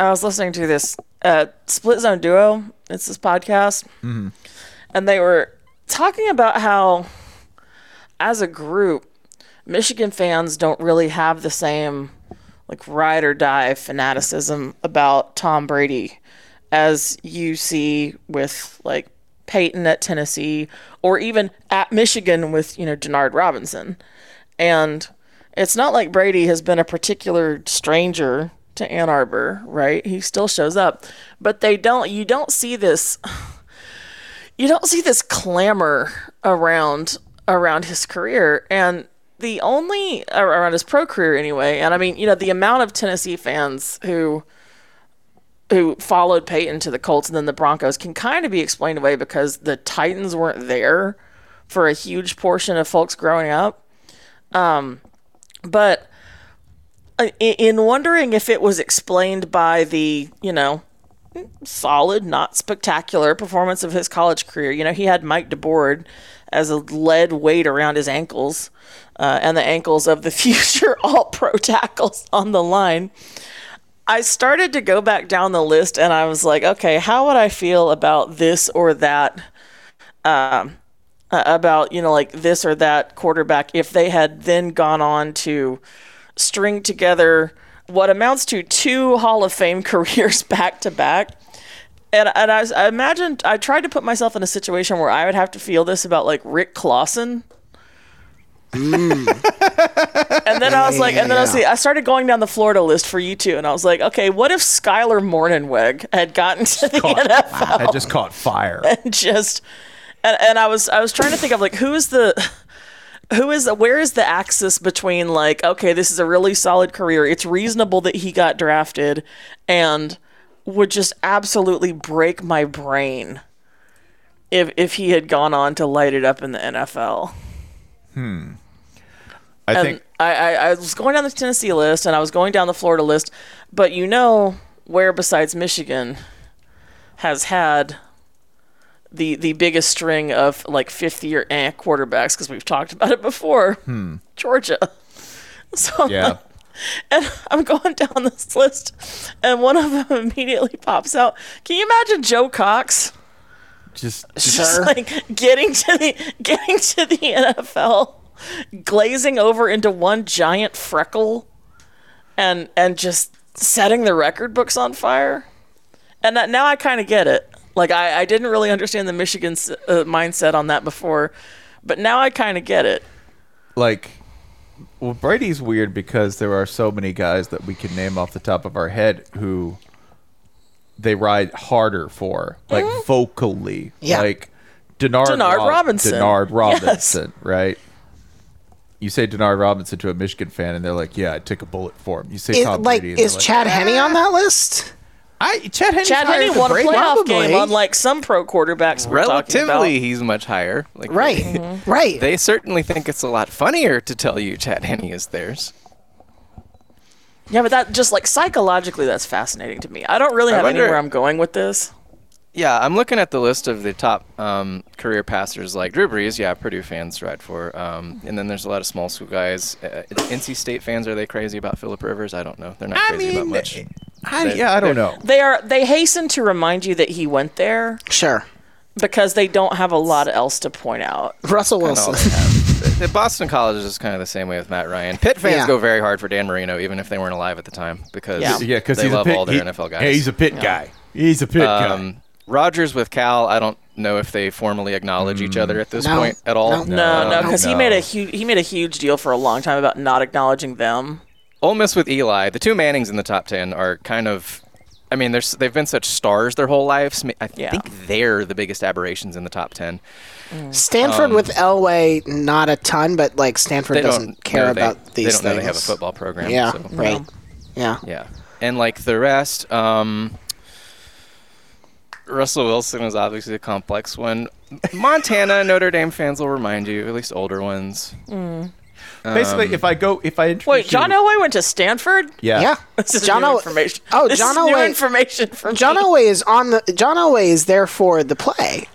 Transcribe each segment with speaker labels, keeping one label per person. Speaker 1: I was listening to this uh, Split Zone Duo. It's this podcast, and they were talking about how, as a group, Michigan fans don't really have the same like ride or die fanaticism about Tom Brady as you see with like Peyton at Tennessee or even at Michigan with you know Denard Robinson, and it's not like Brady has been a particular stranger to Ann Arbor, right? He still shows up, but they don't. You don't see this. You don't see this clamor around around his career, and the only ar- around his pro career anyway. And I mean, you know, the amount of Tennessee fans who who followed Peyton to the Colts and then the Broncos can kind of be explained away because the Titans weren't there for a huge portion of folks growing up. Um, but uh, I- in wondering if it was explained by the, you know, solid, not spectacular performance of his college career. You know, he had Mike DeBoard as a lead weight around his ankles uh, and the ankles of the future all pro tackles on the line. I started to go back down the list and I was like, okay, how would I feel about this or that? Um, uh, about, you know, like this or that quarterback if they had then gone on to string together what amounts to two Hall of Fame careers back to back. And, and I, was- I imagined, I tried to put myself in a situation where I would have to feel this about like Rick Clausen. and then I was like, and then I was like, I started going down the Florida list for you two, and I was like, okay, what if Skylar Morningweg had gotten to the NFL?
Speaker 2: I just caught fire.
Speaker 1: just and, and I was I was trying to think of like who is the who is where is the axis between like okay this is a really solid career it's reasonable that he got drafted and would just absolutely break my brain if if he had gone on to light it up in the NFL.
Speaker 2: I
Speaker 1: And
Speaker 2: think
Speaker 1: Um, I, I, I was going down the Tennessee list and I was going down the Florida list, but you know where besides Michigan has had the the biggest string of like fifth year eh, quarterbacks because we've talked about it before. Georgia. So I'm
Speaker 2: Hmm. yeah.
Speaker 1: and I'm going down this list, and one of them immediately pops out. Can you imagine Joe Cox?
Speaker 2: Just,
Speaker 1: just like getting to the getting to the NFL, glazing over into one giant freckle, and and just setting the record books on fire. And that, now I kind of get it. Like I, I didn't really understand the Michigan s- uh, mindset on that before, but now I kind of get it.
Speaker 2: like well brady's weird because there are so many guys that we can name off the top of our head who they ride harder for like vocally
Speaker 3: Yeah.
Speaker 2: like denard,
Speaker 1: Denard
Speaker 2: Rob-
Speaker 1: Robinson.
Speaker 2: denard
Speaker 1: Yes.
Speaker 2: robinson right you say denard robinson to a michigan fan and they're like yeah i took a bullet for him you say
Speaker 3: It-
Speaker 2: Tom
Speaker 3: like,
Speaker 2: Brady, and they're
Speaker 3: is
Speaker 4: eh.
Speaker 3: Chad Henney on that list?
Speaker 2: I, chad Henney's
Speaker 1: Chad
Speaker 2: higher
Speaker 1: Henney
Speaker 2: than
Speaker 1: won a
Speaker 2: Brady.
Speaker 1: playoff
Speaker 3: Probably.
Speaker 1: game, unlike some pro quarterbacks we're talking about. Mm-hmm.
Speaker 4: Relatively, he's much higher. Like
Speaker 3: Right,
Speaker 4: They,
Speaker 3: right.
Speaker 4: they certainly think it's a lot funnier to tell you Chad Henney is theirs.
Speaker 1: Yeah, but that just like psychologically, that's fascinating to me. I don't really have
Speaker 4: wonder-
Speaker 1: anywhere I'm going with this.
Speaker 4: Yeah, I'm looking at the list of the top um, career passers like Drew Brees. Yeah, Purdue fans ride for. Um, and then there's a lot of small school guys. Uh, NC State fans, are they crazy about Philip Rivers? I don't know. They're not crazy about much.
Speaker 3: eh,
Speaker 2: I, yeah, I don't know.
Speaker 1: They are they hasten to remind you that he went there
Speaker 3: Sure.
Speaker 1: because they don't have a lot else to point out.
Speaker 3: Russell
Speaker 4: No,
Speaker 3: Wilson.
Speaker 4: they have. The- the Boston College is kind of the same way with Matt Ryan. Pitt fans
Speaker 3: Yeah.
Speaker 4: go very hard for Dan Marino, even if they weren't alive at the time, because
Speaker 1: Yeah.
Speaker 2: Yeah, because
Speaker 4: they
Speaker 2: he's
Speaker 4: love
Speaker 2: a pit,
Speaker 4: all their
Speaker 2: he-
Speaker 4: NFL guys.
Speaker 2: Yeah, he's a pit guy. He's a pit guy.
Speaker 4: Um, Rogers with Cal, I don't know if they formally acknowledge
Speaker 2: Mm.
Speaker 4: each other at this
Speaker 3: No.
Speaker 4: point at all.
Speaker 3: No.
Speaker 1: Uh, No, no, because he
Speaker 2: no.
Speaker 1: made a huge he made a huge deal for a long time about not acknowledging them.
Speaker 4: Ole Miss with Eli, the two Mannings in the top ten are kind of. I mean, there's, they've been such stars their whole lives. I
Speaker 1: Yeah.
Speaker 4: think they're the biggest aberrations in the top ten.
Speaker 3: Stanford with Elway, not a ton, but like Stanford
Speaker 4: Um, They
Speaker 3: doesn't
Speaker 4: don't
Speaker 3: care
Speaker 4: know they-
Speaker 3: about
Speaker 4: they
Speaker 3: these
Speaker 4: don't
Speaker 3: things.
Speaker 4: know they have a football program.
Speaker 3: Yeah.
Speaker 4: so-
Speaker 3: Right. Yeah.
Speaker 4: Yeah. And like the rest, um, Russell Wilson is obviously a complex one. Montana Notre Dame fans will remind you, at least older ones.
Speaker 2: Basically, if I go, if I introduce
Speaker 1: Wait,
Speaker 2: you
Speaker 1: John
Speaker 2: to-
Speaker 1: Elway went to Stanford?
Speaker 2: yeah,
Speaker 3: Yeah.
Speaker 1: This is new
Speaker 3: O-
Speaker 1: information.
Speaker 3: Oh,
Speaker 1: This
Speaker 3: John
Speaker 1: is new
Speaker 3: Elway.
Speaker 1: information from
Speaker 3: John
Speaker 1: me.
Speaker 3: Elway is on the. John Elway is there for the play.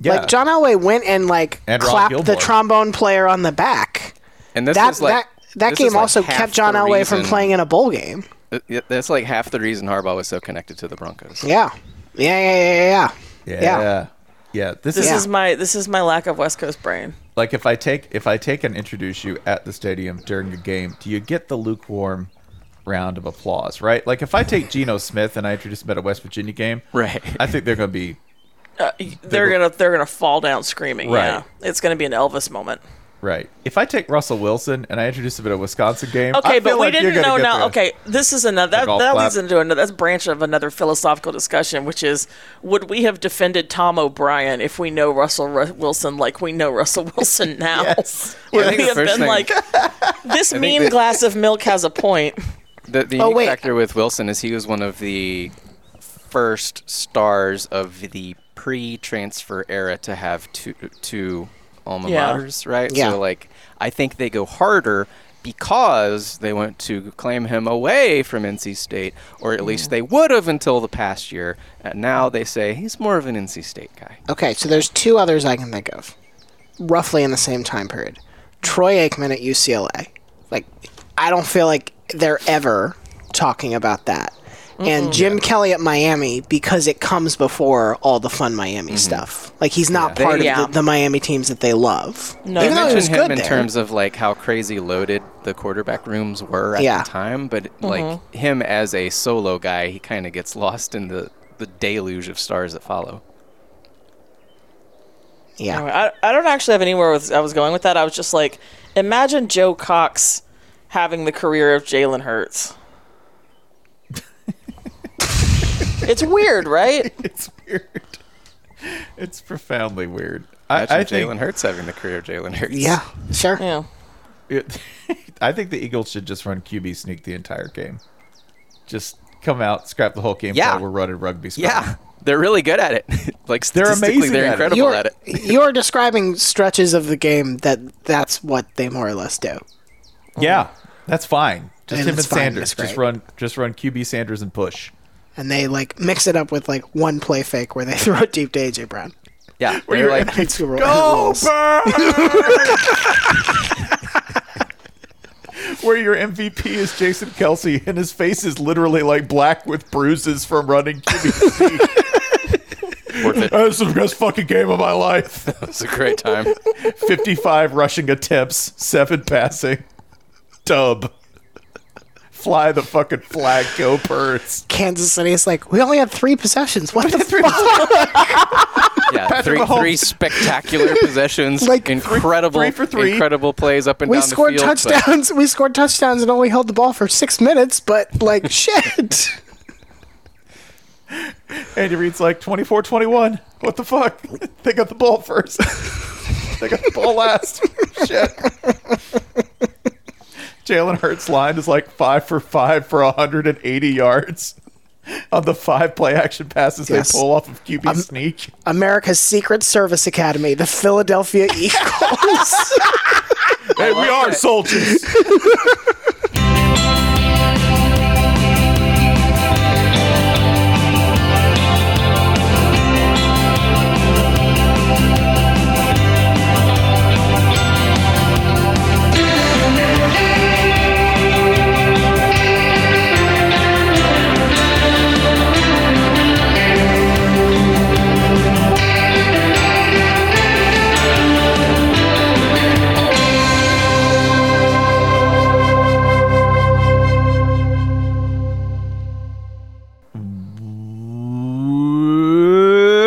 Speaker 2: yeah.
Speaker 3: Like John Elway went and like
Speaker 2: And Ron
Speaker 3: clapped
Speaker 2: Gilmore.
Speaker 3: the trombone player on the back.
Speaker 4: And this
Speaker 3: That
Speaker 4: is like
Speaker 3: that that
Speaker 4: this
Speaker 3: game
Speaker 4: is, like,
Speaker 3: also
Speaker 4: half
Speaker 3: kept John
Speaker 4: the
Speaker 3: Elway from
Speaker 4: reason-
Speaker 3: playing in a bowl game.
Speaker 4: uh, yeah, That's like half the reason Harbaugh was so connected to the Broncos.
Speaker 3: Yeah. Yeah. Yeah. Yeah. Yeah.
Speaker 2: yeah,
Speaker 3: yeah.
Speaker 2: yeah, yeah. This
Speaker 1: This
Speaker 2: is
Speaker 1: is my this is my lack of West Coast brain.
Speaker 2: like if I take if I take and introduce you at the stadium during a game, do you get the lukewarm round of applause? Right? Like if I take Geno Smith and I introduce him at a West Virginia game,
Speaker 4: Right.
Speaker 2: I think they're going to be
Speaker 1: Uh, they're gonna they're gonna fall down screaming. Yeah,
Speaker 2: Right.
Speaker 1: it's gonna be an Elvis moment.
Speaker 2: right. If I take Russell Wilson and I introduce him at a Wisconsin game,
Speaker 1: Okay,
Speaker 2: I
Speaker 1: but
Speaker 2: feel
Speaker 1: we
Speaker 2: like you're
Speaker 1: didn't
Speaker 2: gonna
Speaker 1: know
Speaker 2: get
Speaker 1: now.
Speaker 2: the-
Speaker 1: Okay, this is another that,
Speaker 2: golf
Speaker 1: that
Speaker 2: clap.
Speaker 1: leads into another that's branch of another philosophical discussion, which is would we have defended Tom O'Brien if we know Russell Ru- Wilson like we know Russell Wilson now?
Speaker 4: I
Speaker 1: Would
Speaker 4: think
Speaker 1: we
Speaker 4: the
Speaker 1: have
Speaker 4: first
Speaker 1: been
Speaker 4: thing-
Speaker 1: like this mean glass of milk has a point?
Speaker 4: The, the
Speaker 3: Oh,
Speaker 4: unique
Speaker 3: wait.
Speaker 4: factor with Wilson is he was one of the first stars of the pre-transfer era to have two two alma
Speaker 1: Yeah.
Speaker 4: maters, right?
Speaker 3: Yeah.
Speaker 4: So like, I think they go harder because they want to claim him away from NC State, or at
Speaker 3: Mm.
Speaker 4: least they would have until the past year. And now they say he's more of an NC State guy.
Speaker 3: Okay, so there's two others I can think of, roughly in the same time period. Troy Aikman at UCLA. Like, I don't feel like they're ever talking about that. And Jim Kelly at Miami because it comes before all the fun Miami
Speaker 4: Mm-hmm.
Speaker 3: stuff. Like he's not part
Speaker 1: They- yeah.
Speaker 3: of the, the Miami teams that they love.
Speaker 1: No,
Speaker 3: Even
Speaker 1: they
Speaker 3: though he was
Speaker 4: mention him
Speaker 3: good
Speaker 4: in
Speaker 3: there.
Speaker 4: terms of like how crazy loaded the quarterback rooms were at
Speaker 3: Yeah.
Speaker 4: the time, but like him as a solo guy, he kind of gets lost in the the deluge of stars that follow.
Speaker 3: yeah.
Speaker 1: Anyway, I, I don't actually have anywhere with I was going with that. I was just like, imagine Joe Cox having the career of Jalen Hurts. it's weird, right?
Speaker 2: It's weird. It's profoundly weird.
Speaker 4: Imagine
Speaker 2: I, I think
Speaker 4: Jalen Hurts having the career of Jalen Hurts.
Speaker 3: Yeah, sure.
Speaker 1: Yeah.
Speaker 2: It, I think the Eagles should just run QB sneak the entire game. Just come out, scrap the whole game.
Speaker 4: Yeah.
Speaker 2: plan, we're running rugby. Style.
Speaker 4: yeah, they're really good at it. like
Speaker 2: They're
Speaker 4: statistically,
Speaker 2: amazing
Speaker 4: they're
Speaker 2: at it.
Speaker 4: incredible
Speaker 3: You're,
Speaker 4: at it.
Speaker 3: you're describing stretches of the game that that's what they more or less do.
Speaker 2: yeah, that's fine. Just
Speaker 3: And
Speaker 2: him and
Speaker 3: it's fine,
Speaker 2: Sanders.
Speaker 3: that's
Speaker 2: Just
Speaker 3: great.
Speaker 2: run, just run QB Sanders and push.
Speaker 3: And they like mix it up with like one play fake where they throw it deep to AJ Brown.
Speaker 4: Yeah, they're like
Speaker 3: It's rules.
Speaker 2: Go Where your MVP is Jason Kelsey, and his face is literally like black with bruises from running QB.
Speaker 4: worth it.
Speaker 2: That's the best fucking game of my life.
Speaker 4: It's a great time.
Speaker 2: 55 rushing attempts, seven passing. Dub. Fly the fucking flag, go birds.
Speaker 3: Kansas City is like, we only had three possessions. What the fuck?
Speaker 4: Yeah,
Speaker 2: Patrick
Speaker 4: three,
Speaker 2: Mahomes.
Speaker 4: three spectacular possessions,
Speaker 3: Like, three-
Speaker 4: incredible,
Speaker 2: three for three.
Speaker 4: incredible plays up and
Speaker 3: We
Speaker 4: down
Speaker 3: scored
Speaker 4: the field. but-
Speaker 3: touchdowns. We scored touchdowns and only held the ball for six minutes. But like, shit.
Speaker 2: Andy Reid's like 24 21. What the fuck? They got the ball first. they got the ball last. Shit. Jalen Hurts' line is like five for five for 180 yards on the five play action passes
Speaker 3: Yes.
Speaker 2: they pull off of QB sneak.
Speaker 3: America's Secret Service Academy, the Philadelphia Eagles.
Speaker 2: Hey, we are soldiers.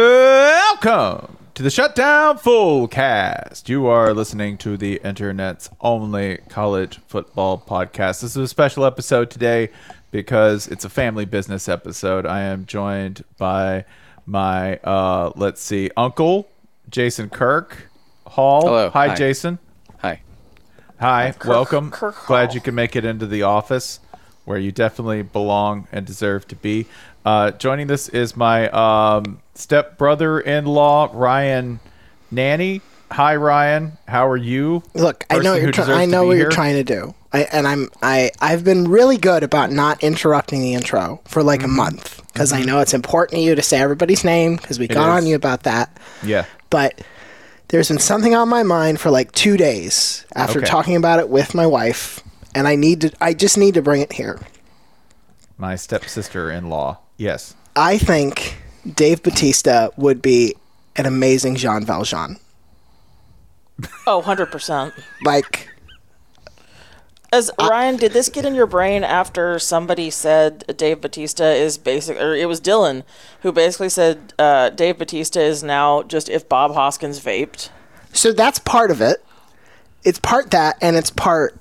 Speaker 2: Welcome to the Shutdown Fullcast. You are listening to the internet's only college football podcast. This is a special episode today because it's a family business episode. I am joined by my uh, let's see, uncle Jason Kirk Hall.
Speaker 4: Hello.
Speaker 2: Hi,
Speaker 4: Hi.
Speaker 2: Jason.
Speaker 4: Hi.
Speaker 2: Hi, welcome.
Speaker 1: Kirk Hall.
Speaker 2: Glad you can make it into the office where you definitely belong and deserve to be. Uh, joining this is my um, stepbrother in law, Ryan Nanny. Hi, Ryan. How are you?
Speaker 3: Look, I
Speaker 2: Person
Speaker 3: know what
Speaker 2: who
Speaker 3: you're
Speaker 2: deserves
Speaker 3: trying. I
Speaker 2: to
Speaker 3: know
Speaker 2: be
Speaker 3: what
Speaker 2: here.
Speaker 3: you're trying to do. I, and I'm I I've been really good about not interrupting the intro for like
Speaker 2: Mm-hmm.
Speaker 3: a month because I know it's important to you to say everybody's name because we got
Speaker 2: is.
Speaker 3: on you about that.
Speaker 2: Yeah.
Speaker 3: But there's been something on my mind for like two days after
Speaker 2: Okay.
Speaker 3: talking about it with my wife, and I need to. I just need to bring it here.
Speaker 2: My stepsister in law. Yes.
Speaker 3: I think Dave Batista would be an amazing Jean Valjean.
Speaker 1: Oh, 100%.
Speaker 3: Like,
Speaker 1: As Ryan, did this get in your brain after somebody said Dave Batista is basic, or it was Dylan who basically said uh, Dave Batista is now just if Bob Hoskins vaped?
Speaker 3: so that's part of it. It's part that, and it's part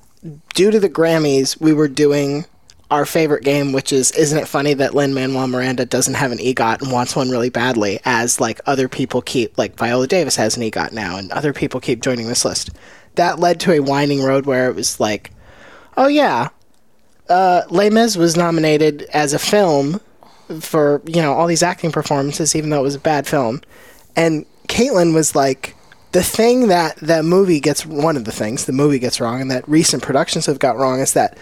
Speaker 3: due to the Grammys, we were doing our favorite game, which is Isn't It Funny That Lin Manuel Miranda doesn't have an EGOT and wants one really badly, as like other people keep, like Viola Davis has an EGOT now, and other people keep joining this list. That led to a winding road where it was like, oh yeah, uh, Les Mis was nominated as a film for you know all these acting performances, even though it was a bad film. And Caitlin was like, the thing that that movie gets one of the things the movie gets wrong, and that recent productions have got wrong is that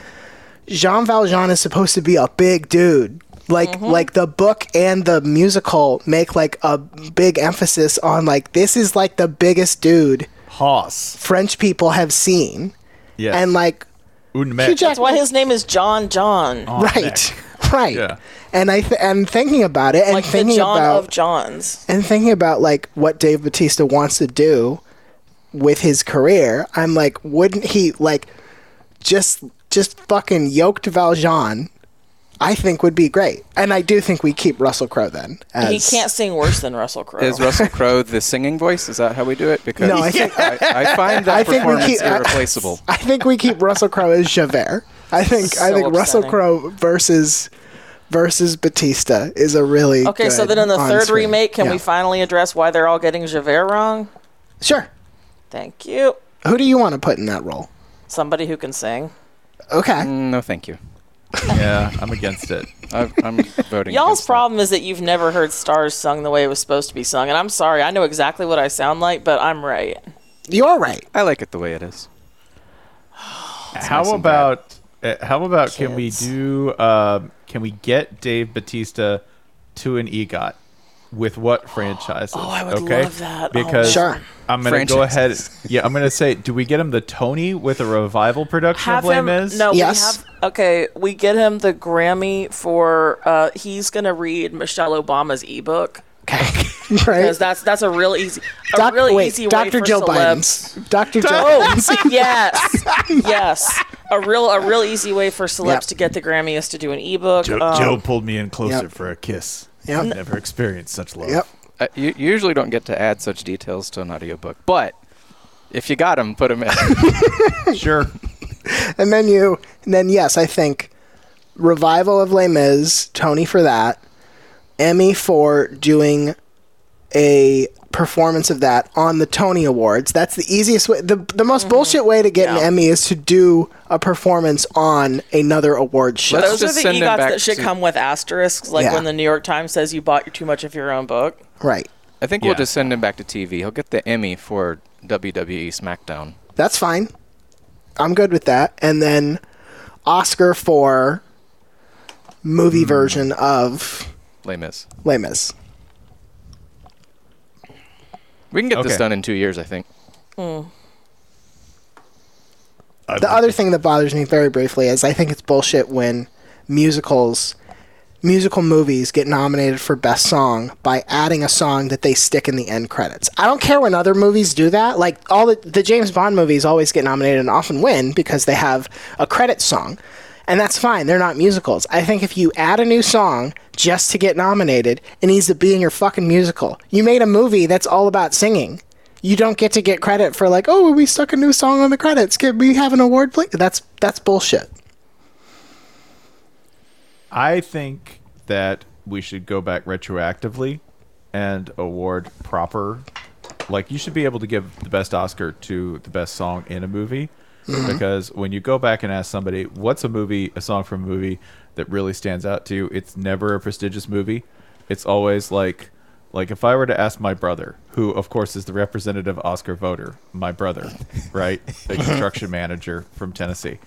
Speaker 3: Jean Valjean is supposed to be a big dude. Like
Speaker 1: Mm-hmm.
Speaker 3: like the book and the musical make like a big emphasis on like this is like the biggest dude
Speaker 2: Haas.
Speaker 3: French people have seen,
Speaker 2: Yes.
Speaker 3: and like
Speaker 2: Unmet.
Speaker 3: Hugh Jack-
Speaker 1: That's why his name is John John.
Speaker 3: right right
Speaker 2: Yeah.
Speaker 3: and i th- and thinking about it and
Speaker 1: like the
Speaker 3: thinking
Speaker 1: John
Speaker 3: about
Speaker 1: of Johns.
Speaker 3: and thinking about like what dave batista wants to do with his career i'm like wouldn't he like just just fucking yoked valjean i think would be great and i do think we keep russell crowe then as,
Speaker 1: He can't sing worse than Russell Crowe.
Speaker 4: Is Russell Crowe the singing voice? Is that how we do it? Because
Speaker 3: Oh. No, I think-
Speaker 4: I, I find that
Speaker 3: I think we
Speaker 4: performance
Speaker 3: keep- uh, I-
Speaker 4: irreplaceable.
Speaker 3: i think we keep russell crowe as javert i think i
Speaker 1: So
Speaker 3: think russell
Speaker 1: upsetting.
Speaker 3: crowe versus versus batista is a really
Speaker 1: okay, so
Speaker 3: good
Speaker 1: then in the third
Speaker 3: on-screen-
Speaker 1: remake, can we
Speaker 3: yeah.
Speaker 1: finally address why they're all getting Javert wrong?
Speaker 3: sure
Speaker 1: Thank you.
Speaker 3: Who do you want to put in that role?
Speaker 1: Somebody who can sing.
Speaker 3: Okay.
Speaker 4: Mm, no, thank you.
Speaker 2: yeah, I'm against it.
Speaker 4: i I'm voting.
Speaker 1: Y'all's
Speaker 2: uh,
Speaker 4: against that.
Speaker 1: problem is that you've never heard stars sung the way it was supposed to be sung, and I'm sorry. I know exactly what I sound like, but I'm right.
Speaker 3: You're right.
Speaker 4: I like it the way it is. nice
Speaker 2: how
Speaker 4: and bad.
Speaker 2: about uh, how about can we
Speaker 1: Kids.
Speaker 2: do um, can we get Dave Batista to an EGOT with what franchises? Oh,
Speaker 1: I would
Speaker 2: okay?
Speaker 1: love that. Oh,
Speaker 2: Because
Speaker 3: Sure.
Speaker 2: I'm gonna go ahead.
Speaker 4: Franchises.
Speaker 2: Yeah, I'm gonna say, do we get him the Tony with a revival production
Speaker 1: Have
Speaker 2: of Les
Speaker 1: him?
Speaker 2: Mis?
Speaker 1: No,
Speaker 3: Yes.
Speaker 1: we have. Okay, we get him the Grammy for. Uh, he's gonna read Michelle Obama's ebook
Speaker 3: Okay. right.
Speaker 1: because that's that's a real easy, a
Speaker 3: Doc-
Speaker 1: really
Speaker 3: wait,
Speaker 1: easy
Speaker 3: Dr.
Speaker 1: way for
Speaker 3: Joe
Speaker 1: celebs.
Speaker 3: Biden's. Dr. Joe Biden's.
Speaker 1: yes, yes. A real, a real easy way for celebs
Speaker 3: Yep.
Speaker 1: to get the Grammy is to do an ebook. Um,
Speaker 2: pulled me in closer
Speaker 3: Yep.
Speaker 2: for a kiss.
Speaker 3: Yep.
Speaker 2: I've Never experienced such love.
Speaker 3: Yep.
Speaker 4: I, Uh, you you usually don't get to add such details to an audiobook, but if you got them, put them in.
Speaker 2: Sure.
Speaker 3: And then you, and then yes, I think revival of Les Mis, Tony for that, Emmy for doing a performance of that on the Tony Awards. That's the easiest way. The, the
Speaker 1: Mm-hmm.
Speaker 3: most bullshit way to get an Emmy is to do a performance on another award show.
Speaker 4: Let's
Speaker 1: Those are
Speaker 4: just
Speaker 1: the
Speaker 4: send them
Speaker 1: EGOTs
Speaker 4: back
Speaker 1: that should
Speaker 4: to-
Speaker 1: come with asterisks, like
Speaker 3: Yeah.
Speaker 1: when the New York Times says you bought too much of your own book.
Speaker 3: right.
Speaker 4: I think
Speaker 2: Yeah.
Speaker 4: we'll just send him back to TV. He'll get the Emmy for WWE SmackDown.
Speaker 3: That's fine. I'm good with that. And then Oscar for movie version of
Speaker 4: Les Mis.
Speaker 3: Les Mis.
Speaker 4: We can get this
Speaker 2: Okay.
Speaker 4: done in two years, I think.
Speaker 3: The other thing that bothers me very briefly is I think it's bullshit when musicals, musical movies get nominated for best song by adding a song that they stick in the end credits. I don't care when other movies do that. Like all the, the James Bond movies always get nominated and often win because they have a credit song. And that's fine. They're not musicals. I think if you add a new song just to get nominated and needs to be in your fucking musical. You made a movie that's all about singing. You don't get to get credit for like, oh, we stuck a new song on the credits. Can we have an award, please? That's that's bullshit.
Speaker 2: I think that we should go back retroactively and award proper. Like you should be able to give the best Oscar to the best song in a movie, because when you go back and ask somebody what's a movie, a song from a movie that really stands out to you, it's never a prestigious movie. It's always like, like if I were to ask my brother, who of course is the representative Oscar voter, my brother, right, a construction manager from Tennessee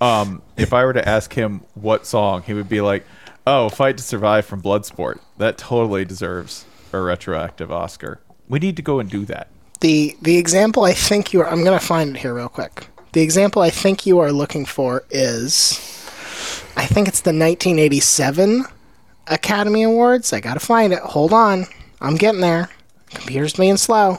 Speaker 2: um, if I were to ask him what song, he would be like, "Oh, Fight to Survive from Bloodsport. That totally deserves a retroactive Oscar. We need to go and do that."
Speaker 3: The the example I think you are I'm gonna find it here real quick. The example I think you are looking for is I think it's the nineteen eighty seven Academy Awards. I gotta find it. Hold on. I'm getting there. Computer's being slow.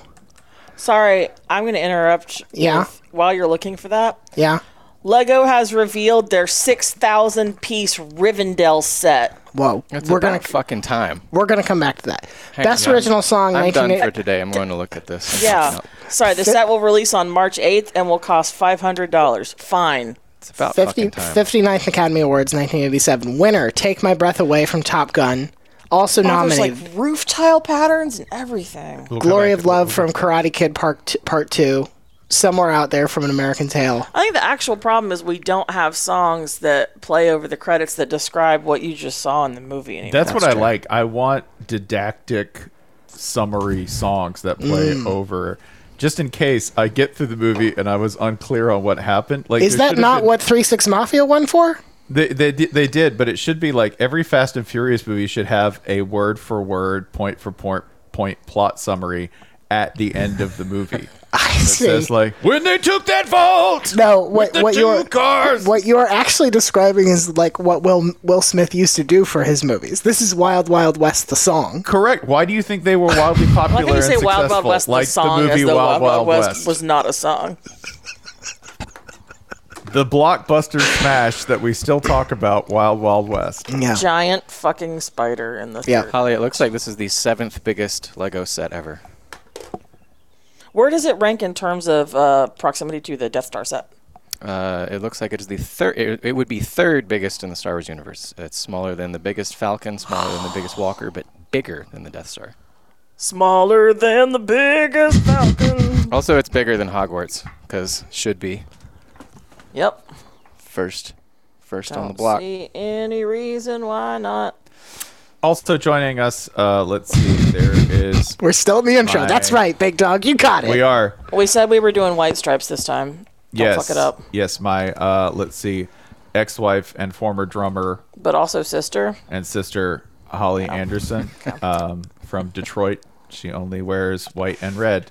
Speaker 1: Sorry, I'm going to interrupt.
Speaker 3: Yeah.
Speaker 1: with- while you're looking for that,
Speaker 3: Yeah.
Speaker 1: Lego has revealed their 6,000 piece Rivendell set.
Speaker 3: Whoa.
Speaker 4: It's
Speaker 3: we're
Speaker 4: about
Speaker 3: gonna
Speaker 4: fucking time.
Speaker 3: we're gonna come back to that.
Speaker 4: Hang
Speaker 3: Best
Speaker 4: on.
Speaker 3: original song
Speaker 4: I'm
Speaker 3: nineteen
Speaker 4: done for
Speaker 3: eighty
Speaker 4: today. I'm going to look at this.
Speaker 1: Yeah. Sorry, the set will release on March 8th and will cost $500. Fine.
Speaker 4: It's about
Speaker 3: 50,
Speaker 4: fucking time.
Speaker 3: 59th Academy Awards 1987. Winner, Take My Breath Away from Top Gun. Also
Speaker 1: Oh, there's
Speaker 3: nominated.
Speaker 1: like roof tile patterns and everything.
Speaker 2: We'll come
Speaker 3: Glory
Speaker 2: back
Speaker 3: of
Speaker 2: to-
Speaker 3: Love from Karate Kid Part t- Part Two, somewhere out there from an American Tale.
Speaker 1: I think the actual problem is we don't have songs that play over the credits that describe what you just saw in the movie anymore.
Speaker 2: That's, what I like. I want didactic summary songs that play
Speaker 3: Mm.
Speaker 2: over. Just in case I get through the movie and I was unclear on what happened, like
Speaker 3: Is
Speaker 2: there
Speaker 3: that
Speaker 2: should've
Speaker 3: not
Speaker 2: been-
Speaker 3: what Three Six Mafia won for?
Speaker 2: They, they di- they did, but it should be like every Fast and Furious movie should have a word for word, point for point, point plot summary at the end of the movie.
Speaker 3: I
Speaker 2: It
Speaker 3: see.
Speaker 2: says like when they took that vault.
Speaker 3: no, what
Speaker 2: with the
Speaker 3: what
Speaker 2: two
Speaker 3: you're
Speaker 2: cars.
Speaker 3: what you are actually describing is like what Will Will Smith used to do for his movies. This is Wild Wild West, the song.
Speaker 2: Correct. Why do you think they were wildly popular
Speaker 1: I'm going
Speaker 2: and
Speaker 1: to say
Speaker 2: successful?
Speaker 1: Wild Wild West
Speaker 2: like
Speaker 1: the song
Speaker 2: the movie
Speaker 1: as though
Speaker 2: Wild Wild West,
Speaker 1: was not a song.
Speaker 2: the blockbuster smash that we still talk about. Wild Wild West.
Speaker 3: Yeah,
Speaker 1: Giant fucking spider in the
Speaker 3: Yeah.
Speaker 1: third.
Speaker 4: Holly, it looks like this is the seventh biggest Lego set ever.
Speaker 1: Where does it rank in terms of uh, proximity to the Death Star set?
Speaker 4: Uh, it looks like it is the third. It, it would be third biggest in the Star Wars universe. It's smaller than the biggest Falcon, smaller than the biggest Walker, but bigger than the Death Star.
Speaker 1: Smaller than the biggest falcon.
Speaker 4: Also, it's bigger than Hogwarts because should be
Speaker 1: yep.
Speaker 4: first, 1st on the
Speaker 1: Don't
Speaker 4: block.
Speaker 1: see any reason why not.
Speaker 2: Also joining us. Uh, let's see. There is.
Speaker 3: we're still in the intro.
Speaker 2: My-
Speaker 3: That's right, Big Dog. You got it.
Speaker 2: We are.
Speaker 1: We said we were doing white stripes this time. Don't
Speaker 2: yes.
Speaker 1: fuck it up.
Speaker 2: Yes. My. Uh, let's see. Ex-wife and former drummer
Speaker 1: But also sister.
Speaker 2: and sister Holly Anderson um, from Detroit. She only wears white and red.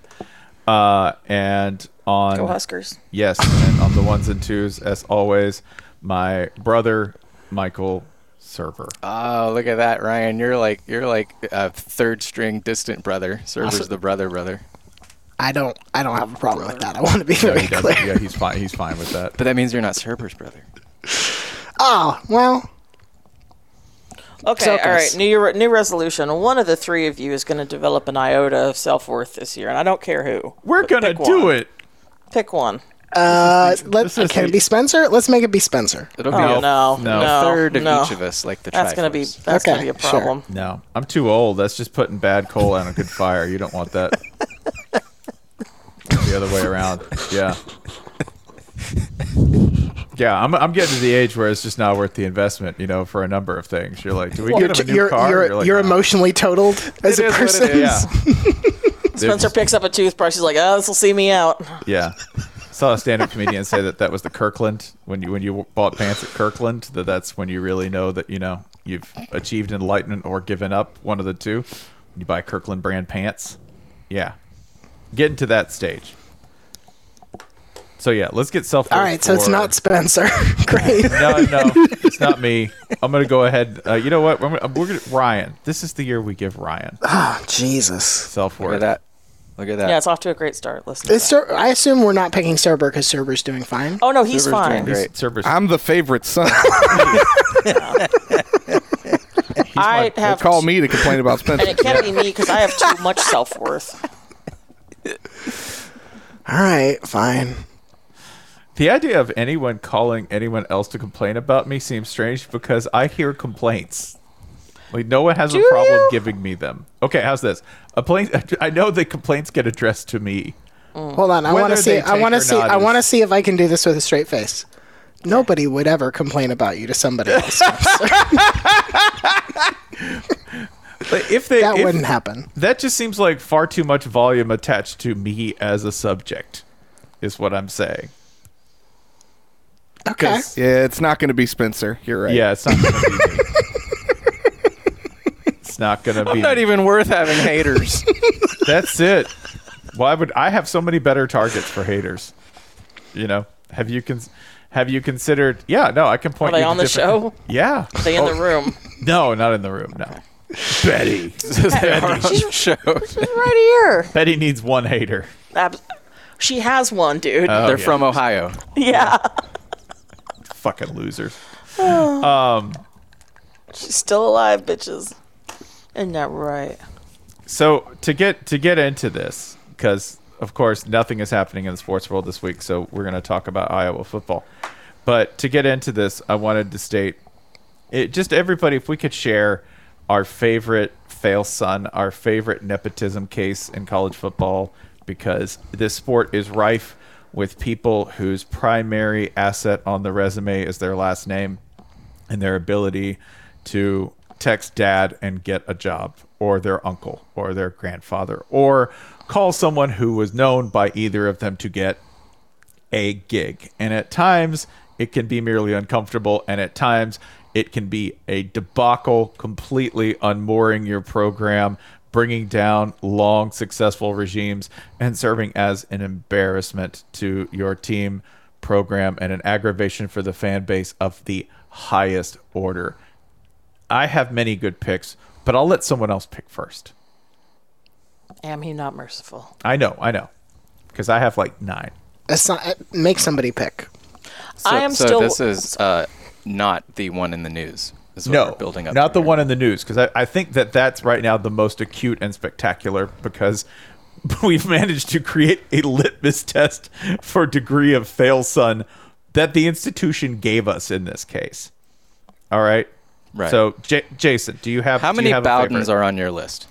Speaker 2: Uh, and on
Speaker 1: Go
Speaker 4: Oh.
Speaker 1: Huskers.
Speaker 2: yes, and on the ones and twos, as always, my brother Michael Server.
Speaker 1: Uh,
Speaker 4: Oh, look at that, Ryan! You're like you're like a third string distant brother. Server's the brother brother.
Speaker 3: I don't I don't have a problem with that. I want to be very
Speaker 2: he does,
Speaker 3: clear.
Speaker 2: yeah, he's fine. He's fine with that.
Speaker 4: But that means you're not Server's brother.
Speaker 3: Oh well,
Speaker 1: Okay,
Speaker 3: Soak
Speaker 1: all
Speaker 3: us.
Speaker 1: right. New year, new resolution. One of the three of you is going to develop an iota of self worth this year, and I don't care who.
Speaker 2: We're
Speaker 1: But
Speaker 2: gonna
Speaker 1: pick
Speaker 2: do
Speaker 1: one.
Speaker 2: it.
Speaker 1: Pick one.
Speaker 3: uh, let,
Speaker 2: is the-
Speaker 3: can it be Spencer? Let's make it be Spencer.
Speaker 4: It'll be
Speaker 1: Oh
Speaker 4: a,
Speaker 1: no,
Speaker 2: no.
Speaker 1: no,
Speaker 4: a third of
Speaker 1: no.
Speaker 4: each of us, like the.
Speaker 1: That's going to be
Speaker 4: Triforce.
Speaker 1: that's going to
Speaker 3: Okay,
Speaker 1: be a
Speaker 3: sure.
Speaker 1: problem.
Speaker 2: No, I'm too old. That's just putting bad coal on a good fire. You don't want that. the other way around. Yeah. Yeah, I'm, I'm getting to the age where it's just not worth the investment, you know, for a number of things. You're like, do we
Speaker 3: You're
Speaker 2: get him a new
Speaker 3: you're,
Speaker 2: car?
Speaker 3: you're,
Speaker 2: You're like,
Speaker 3: you're
Speaker 2: "No."
Speaker 3: emotionally totaled as
Speaker 2: It
Speaker 3: a
Speaker 2: is what it is.
Speaker 3: person.
Speaker 2: Yeah.
Speaker 1: Spencer picks up a toothbrush. He's like, "Oh, this will see me out."
Speaker 2: Yeah. Saw a stand-up comedian say that that was the Kirkland when you when you bought pants at Kirkland. That that's when you really know that you know you've achieved enlightenment or given up. One of the two. You buy Kirkland brand pants. Yeah, getting to that stage. So yeah, let's get self.
Speaker 3: All right, so it's not Spencer. Great.
Speaker 2: No, no, it's not me. I'm gonna go ahead. Uh, you know what? We're gonna, we're gonna Ryan. This is the year we give Ryan
Speaker 3: Jesus.
Speaker 2: self
Speaker 4: Look at
Speaker 2: worth.
Speaker 4: that. Look at that.
Speaker 1: Yeah, it's off to a great start. Listen, to
Speaker 3: Is
Speaker 1: that.
Speaker 3: Sir, I assume we're not picking Cerber because Cerber's doing fine.
Speaker 1: oh no, he's
Speaker 4: Server's
Speaker 1: fine.
Speaker 4: doing great.
Speaker 2: Cerberus,
Speaker 5: I'm the favorite son. He's
Speaker 1: I
Speaker 5: my-
Speaker 1: have
Speaker 5: call me to complain about
Speaker 1: and
Speaker 5: Spencer.
Speaker 1: it can't be me because I have too much self worth.
Speaker 3: All right, fine.
Speaker 2: The idea of anyone calling anyone else to complain about me seems strange because I hear complaints. Like no one has a problem giving me them. Okay, how's this? A plain, I know that complaints get addressed to me.
Speaker 3: Hold on. I
Speaker 2: Whether
Speaker 3: want to
Speaker 2: they
Speaker 3: see.
Speaker 2: take
Speaker 3: I want
Speaker 2: or
Speaker 3: to see.
Speaker 2: not
Speaker 3: I
Speaker 2: is-
Speaker 3: want to see if I can do this with a straight face. Nobody would ever complain about you to somebody else.
Speaker 2: But if they,
Speaker 3: that
Speaker 2: if-
Speaker 3: wouldn't happen.
Speaker 2: That just seems like far too much volume attached to me as a subject, is what I'm saying.
Speaker 3: Okay.
Speaker 2: 'Cause-
Speaker 5: yeah, it's not going to be Spencer. You're right.
Speaker 2: Yeah, it's not gonna be me. It's not gonna be.
Speaker 4: I'm not
Speaker 2: me.
Speaker 4: even worth having haters.
Speaker 2: That's it. Why would I have so many better targets for haters? You know, have you cons- have you considered? Yeah, no, I can point.
Speaker 1: Are they
Speaker 2: you to
Speaker 1: on the show?
Speaker 2: different- Yeah.
Speaker 1: Stay in the room.
Speaker 2: No, not in the room. No. Betty.
Speaker 4: They are on the show.
Speaker 2: Oh,
Speaker 1: Right here.
Speaker 2: Betty needs one hater.
Speaker 1: Ab- She has one, dude.
Speaker 5: Oh,
Speaker 4: They're
Speaker 2: yeah.
Speaker 4: from Ohio.
Speaker 1: yeah.
Speaker 2: Fucking losers.
Speaker 1: She's still alive, bitches. Isn't that right?
Speaker 2: so to get to get into this because of course nothing is happening in the sports world this week so we're going to talk about iowa football but to get into this i wanted to state it just everybody if we could share our favorite fail son our favorite nepotism case in college football because this sport is rife with people whose primary asset on the resume is their last name and their ability to text dad and get a job or their uncle or their grandfather or call someone who was known by either of them to get a gig. And at times, it can be merely uncomfortable. And at times, it can be a debacle, completely unmooring your program, bringing down long successful regimes, and serving as an embarrassment to your team, program, and an aggravation for the fan base of the highest order. I have many good picks, but I'll let someone else pick first.
Speaker 1: Am he not merciful?
Speaker 2: I know, I know, because I have like nine.
Speaker 3: That's not. Make somebody pick.
Speaker 4: So,
Speaker 1: I am
Speaker 4: so
Speaker 1: still.
Speaker 4: this is uh, not the one in the news. Is what
Speaker 2: no,
Speaker 4: we're building up.
Speaker 2: not
Speaker 4: to
Speaker 2: the
Speaker 4: here.
Speaker 2: one in the news because I, I think that that's right now the most acute and spectacular because we've managed to create a litmus test for degree of fail son that the institution gave us in this case. All right,
Speaker 4: Right.
Speaker 2: So, J- Jason, do you have
Speaker 4: How
Speaker 2: do
Speaker 4: many
Speaker 2: you have a favorite?
Speaker 4: Bowdens are on your list?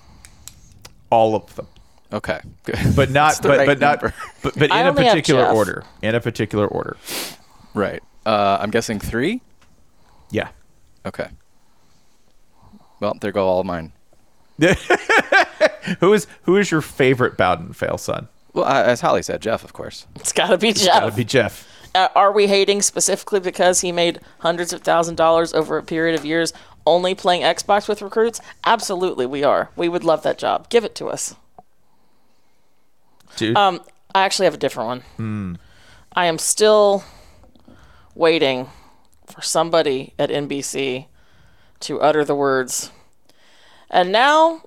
Speaker 2: all of them?
Speaker 4: Okay, good.
Speaker 2: But
Speaker 4: That's
Speaker 2: not,
Speaker 4: the
Speaker 2: but,
Speaker 4: right
Speaker 2: but not,
Speaker 4: number.
Speaker 2: but, but
Speaker 1: I
Speaker 2: in a
Speaker 1: only have
Speaker 2: particular
Speaker 1: Jeff.
Speaker 2: order. In a particular order.
Speaker 4: right. Uh, I'm guessing three.
Speaker 2: Yeah.
Speaker 4: Okay. Well, there go all mine.
Speaker 2: Who is who is your favorite Bowden fail son?
Speaker 4: Well, I, as Holly said, Jeff, of course.
Speaker 1: it's gotta be
Speaker 2: That would
Speaker 1: Jeff.
Speaker 2: be Jeff.
Speaker 1: Uh, are we hating specifically because he made hundreds of thousand dollars over a period of years only playing Xbox with recruits? Absolutely, we are. We would love that job. Give it to us.
Speaker 2: Dude.
Speaker 1: Uh, Um, I actually have a different one. I am still waiting for somebody at NBC to utter the words. And now,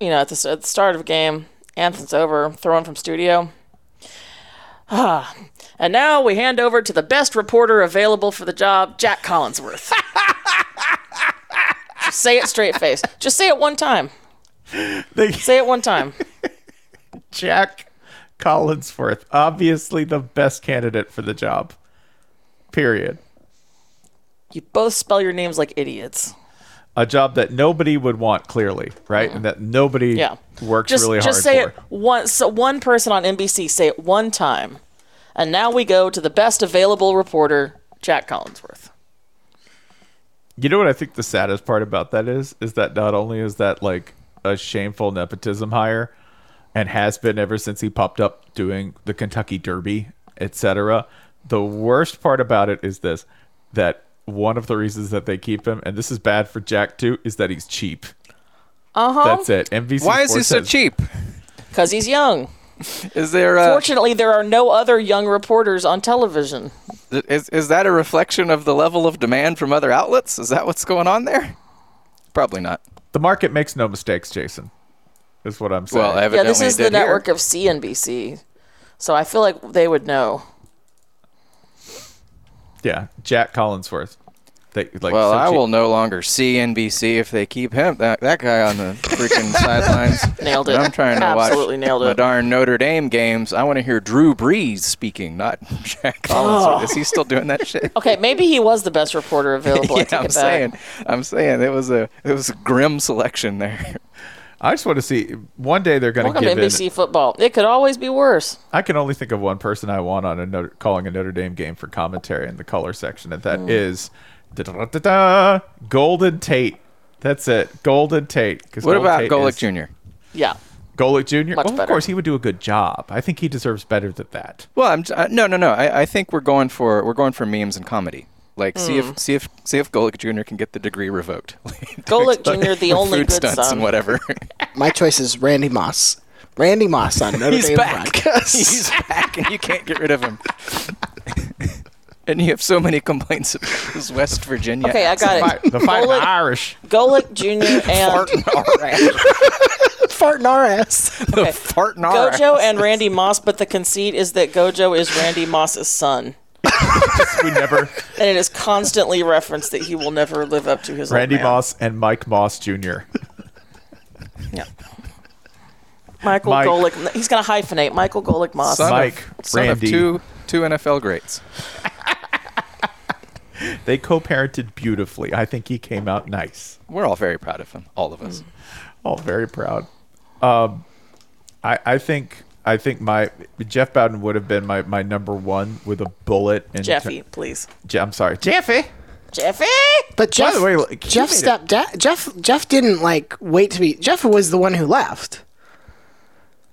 Speaker 1: you know, at the, s- at the start of a game, anthem's over, thrown from studio. Ah, and now we hand over to the best reporter available for the job, Jack Collinsworth. Just say it straight face. Just say it one time.
Speaker 2: They-
Speaker 1: Say it one time.
Speaker 2: Jack Collinsworth, obviously the best candidate for the job. Period.
Speaker 1: You both spell your names like idiots.
Speaker 2: A job that nobody would want, clearly, right? And that nobody
Speaker 1: Mm-hmm. Yeah.
Speaker 2: works
Speaker 1: just,
Speaker 2: really
Speaker 1: just
Speaker 2: hard
Speaker 1: say
Speaker 2: for.
Speaker 1: it one so one person on NBC say it one time. And now we go to the best available reporter, Jack Collinsworth.
Speaker 2: You know what I think the saddest part about that is? Is that not only is that like a shameful nepotism hire and has been ever since he popped up doing the Kentucky Derby, etc. The worst part about it is this that one of the reasons that they keep him, and this is bad for Jack too, is that he's cheap. Uh
Speaker 1: Uh-huh.
Speaker 2: huh. That's it. NBC.
Speaker 4: Why is he
Speaker 2: Sports
Speaker 4: so
Speaker 2: has-
Speaker 4: cheap?
Speaker 1: Because he's young.
Speaker 4: Is there uh, a,
Speaker 1: Fortunately, there are no other young reporters on television.
Speaker 4: is is that a reflection of the level of demand from other outlets? Is that what's going on there? Probably not.
Speaker 2: The market makes no mistakes, Jason. Is what I'm saying.
Speaker 4: Well, evidently
Speaker 1: yeah, this is
Speaker 4: it
Speaker 1: the
Speaker 4: did here.
Speaker 1: network of CNBC. So I feel like they would know.
Speaker 2: yeah, Jack Collinsworth. That like
Speaker 4: well,
Speaker 2: some
Speaker 4: I
Speaker 2: cheap-
Speaker 4: will no longer see NBC if they keep him that that guy on the freaking sidelines.
Speaker 1: Nailed it.
Speaker 4: I'm trying to
Speaker 1: Absolutely
Speaker 4: watch
Speaker 1: nailed
Speaker 4: my
Speaker 1: it.
Speaker 4: darn Notre Dame games. I want to hear Drew Brees speaking, not Jack
Speaker 1: Oh.
Speaker 4: Collins. Is he still doing that shit?
Speaker 1: Okay, maybe he was the best reporter available. I Oh,
Speaker 4: yeah,
Speaker 1: take
Speaker 4: I'm
Speaker 1: it back.
Speaker 4: saying. I'm saying it was a it was a grim selection there.
Speaker 2: I just want to see one day they're going to
Speaker 1: Welcome to
Speaker 2: give in.
Speaker 1: NBC football. It could always be worse.
Speaker 2: I can only think of one person I want on a Notre, calling a Notre Dame game for commentary in the color section, and that
Speaker 1: Hmm.
Speaker 2: is da-da-da-da-da, Golden Tate. That's it, Golden Tate. 'cause
Speaker 4: What
Speaker 2: Golden
Speaker 4: about
Speaker 2: Tate
Speaker 4: Golick
Speaker 2: is-
Speaker 4: Jr.?
Speaker 1: Yeah.
Speaker 2: Golick Jr.
Speaker 1: Much
Speaker 2: Well, of
Speaker 1: better.
Speaker 2: course, he would do a good job. I think he deserves better than that.
Speaker 4: Well, I'm j- uh, no, no, no. I, I think we're going for we're going for memes and comedy. Like see
Speaker 1: Hmm.
Speaker 4: if see if see if Golick Jr. can get the degree revoked.
Speaker 1: Golick Jr., the
Speaker 4: With
Speaker 1: only
Speaker 4: food
Speaker 1: good
Speaker 4: stunts
Speaker 1: son.
Speaker 4: and whatever.
Speaker 3: My choice is Randy Moss. Randy Moss on Notre
Speaker 4: He's
Speaker 3: Dame
Speaker 4: back.
Speaker 3: broadcast.
Speaker 4: He's back, and you can't get rid of him. and you have so many complaints about his West Virginia.
Speaker 1: Okay, I got
Speaker 2: Fi-
Speaker 1: it.
Speaker 2: the fight
Speaker 1: Golick-
Speaker 2: Irish.
Speaker 1: Golick Jr. and
Speaker 3: farting our ass.
Speaker 4: the fart in our
Speaker 1: Gojo
Speaker 4: ass.
Speaker 1: and Randy Moss, but the conceit is that Gojo is Randy Moss's son.
Speaker 2: We never
Speaker 1: And it is constantly referenced that he will never live up to his old
Speaker 2: Randy
Speaker 1: man.
Speaker 2: Moss and Mike Moss Jr.
Speaker 1: Yeah. Michael
Speaker 2: Mike.
Speaker 1: Golick. He's going to hyphenate Michael Golick Moss.
Speaker 4: Son of-
Speaker 2: Mike,
Speaker 4: son
Speaker 2: Randy.
Speaker 4: of two two NFL greats.
Speaker 2: They co-parented beautifully. I think he came out nice.
Speaker 4: We're all very proud of him, all of us.
Speaker 3: Mm.
Speaker 2: Oh, very proud. Um, I I think I think my Jeff Bowden would have been my, my number one with a bullet. And
Speaker 1: Jeffy, please.
Speaker 2: I'm sorry, Jeffy.
Speaker 1: Jeffy!
Speaker 3: But Jeff,
Speaker 2: the way, like, he
Speaker 3: Jeff
Speaker 2: made it-
Speaker 3: stepped da- Jeff Jeff didn't like wait to be. Jeff was the one who left.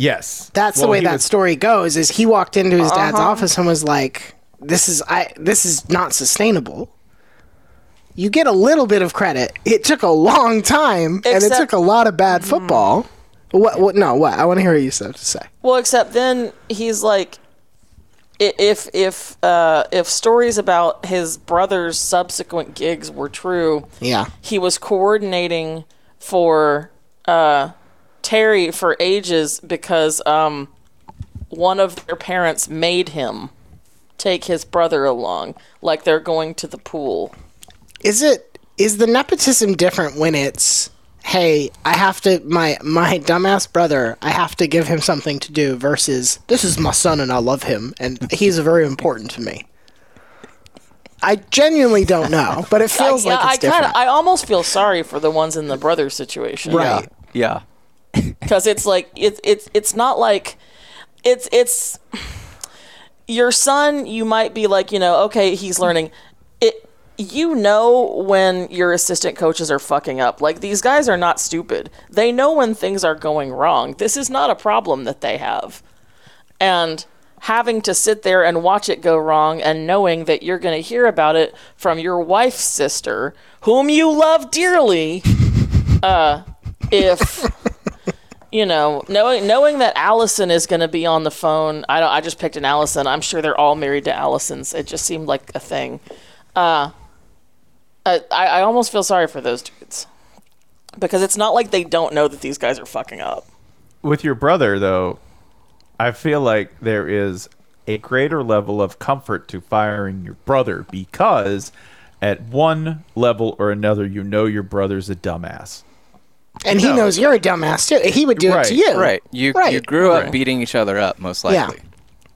Speaker 2: Yes,
Speaker 3: That's
Speaker 2: Well,
Speaker 3: the way
Speaker 2: he
Speaker 3: that
Speaker 2: was-
Speaker 3: story goes. Is he walked into his dad's office and was like, "This is I. This is not sustainable." You get a little bit of credit. It took a long time, and it
Speaker 1: Except-
Speaker 3: took a lot of bad football. What? What? No. What? I want to hear what you have to say.
Speaker 1: Well, except then he's like, i- if if uh, if stories about his brother's subsequent gigs were true,
Speaker 3: Yeah.
Speaker 1: he was coordinating for uh, Terry for ages because um, one of their parents made him take his brother along, like they're going to the pool.
Speaker 3: is it is the nepotism different when it's hey i have to my my dumbass brother i have to give him something to do versus this is my son and i love him and he's very important to me i genuinely don't know but it feels
Speaker 1: I,
Speaker 3: like it's
Speaker 1: I
Speaker 3: different
Speaker 1: I almost feel sorry for the ones in the brother situation.
Speaker 3: right
Speaker 4: Yeah.
Speaker 1: because it's like it's it's it's not like it's it's your son you might be like you know okay he's learning it you know when your assistant coaches are fucking up like these guys are not stupid they know when things are going wrong this is not a problem that they have and having to sit there and watch it go wrong and knowing that you're going to hear about it from your wife's sister whom you love dearly uh if you know, knowing knowing that Allison is going to be on the phone, I don't. I just picked an Allison. I'm sure they're all married to Allisons. It just seemed like a thing. Uh, I I almost feel sorry for those dudes because it's not like they don't know that these guys are fucking up.
Speaker 2: with your brother though, I feel like there is a greater level of comfort to firing your brother because at one level or another, you know your brother's a dumbass.
Speaker 3: and he knows you're a dumbass too he would do it
Speaker 2: Right,
Speaker 3: to you
Speaker 4: Right. You
Speaker 3: right
Speaker 4: you grew up beating each other up most
Speaker 3: Yeah.
Speaker 4: likely.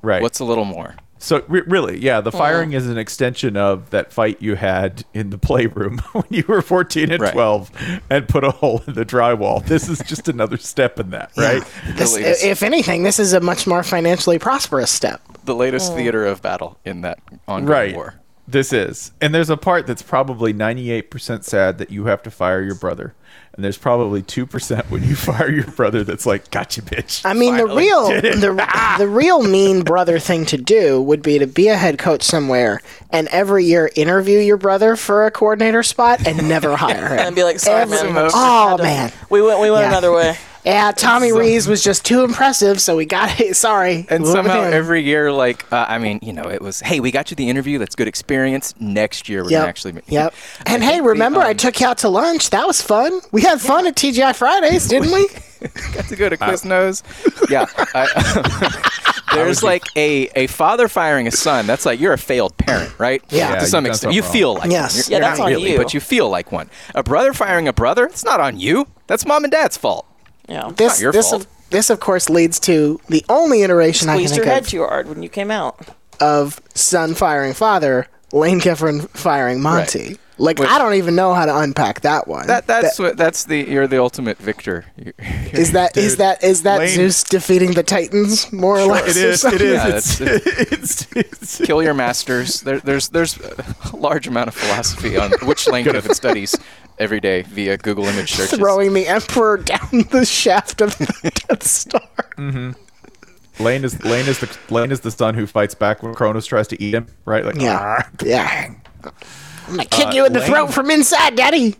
Speaker 2: Right.
Speaker 4: What's a little more?
Speaker 2: So re- really, yeah, the firing is an extension of that fight you had in the playroom when you were 14 and
Speaker 4: Right.
Speaker 2: 12 and put a hole in the drywall. This is just another step in that, right?
Speaker 3: This-
Speaker 4: Really is.
Speaker 3: if anything this is a much more financially prosperous step
Speaker 4: The latest
Speaker 3: Mm.
Speaker 4: theater of battle in that ongoing
Speaker 2: Right.
Speaker 4: war.
Speaker 2: This is. And there's a part that's probably 98% sad that you have to fire your brother. And there's probably 2% when you fire your brother that's like, gotcha, bitch.
Speaker 3: I mean, the
Speaker 2: Finally
Speaker 3: real
Speaker 2: did it."
Speaker 3: the, the real mean brother thing to do would be to be a head coach somewhere and every year interview your brother for a coordinator spot and never hire him.
Speaker 1: And be like, sorry,
Speaker 3: Every-
Speaker 1: man.
Speaker 3: Oh man,
Speaker 1: We went we went
Speaker 3: Yeah.
Speaker 1: another way.
Speaker 3: yeah. Tommy Rees was just too impressive, so we got it. Sorry.
Speaker 4: And
Speaker 3: We'll
Speaker 4: somehow
Speaker 3: do it.
Speaker 4: every year, like uh, I mean, you know, it was hey, we got you the interview. That's good experience. Next year, we're
Speaker 3: Yep.
Speaker 4: gonna actually. Make-
Speaker 3: Yep. And
Speaker 4: I
Speaker 3: hey,
Speaker 4: think the,
Speaker 3: remember I
Speaker 4: um,
Speaker 3: took you out to lunch? That was fun. We had fun at TGI Fridays, didn't we?
Speaker 4: Uh, got to go to Quiznos. yeah, I, There's like a, a father firing a son. That's like you're a failed parent, right?
Speaker 3: Yeah. Yeah,
Speaker 4: to some
Speaker 2: you've done
Speaker 4: extent, you
Speaker 2: something
Speaker 4: feel
Speaker 3: Yes.
Speaker 4: like one.
Speaker 3: Yeah,
Speaker 4: You're, you're
Speaker 1: that's
Speaker 4: not
Speaker 1: on
Speaker 4: really,
Speaker 1: you.
Speaker 4: but you feel like one. A brother firing a brother. It's not on you. That's mom and dad's fault.
Speaker 1: Yeah.
Speaker 3: This
Speaker 4: your
Speaker 3: this
Speaker 4: fault.
Speaker 3: of, this of course leads to the only iteration I can
Speaker 1: Squeezed
Speaker 3: think
Speaker 1: your head
Speaker 3: of,
Speaker 1: too hard when you came out.
Speaker 3: of son firing father, Lane Kiffin firing Monty. Like I don't even know how to unpack that one.
Speaker 4: That that's what that's the you're the ultimate victor. You're-
Speaker 3: is that is
Speaker 2: Dude,
Speaker 3: that is that
Speaker 2: Lane-
Speaker 3: Zeus defeating the Titans more or less?
Speaker 2: It
Speaker 3: or
Speaker 2: is. It
Speaker 3: something?
Speaker 2: is.
Speaker 4: Yeah,
Speaker 2: it's, it's, it's,
Speaker 4: kill your masters. There, there's there's a large amount of philosophy on which language it studies every day via Google image searches.
Speaker 3: Throwing the Emperor down the shaft of the Death Star.
Speaker 2: Lane is Lane is the Lane is the son who fights back when Cronus tries to eat him. Right? Like
Speaker 3: Yeah.
Speaker 2: "Argh."
Speaker 3: Yeah. I'm gonna
Speaker 2: Uh,
Speaker 3: kick you in the throat from inside, Daddy.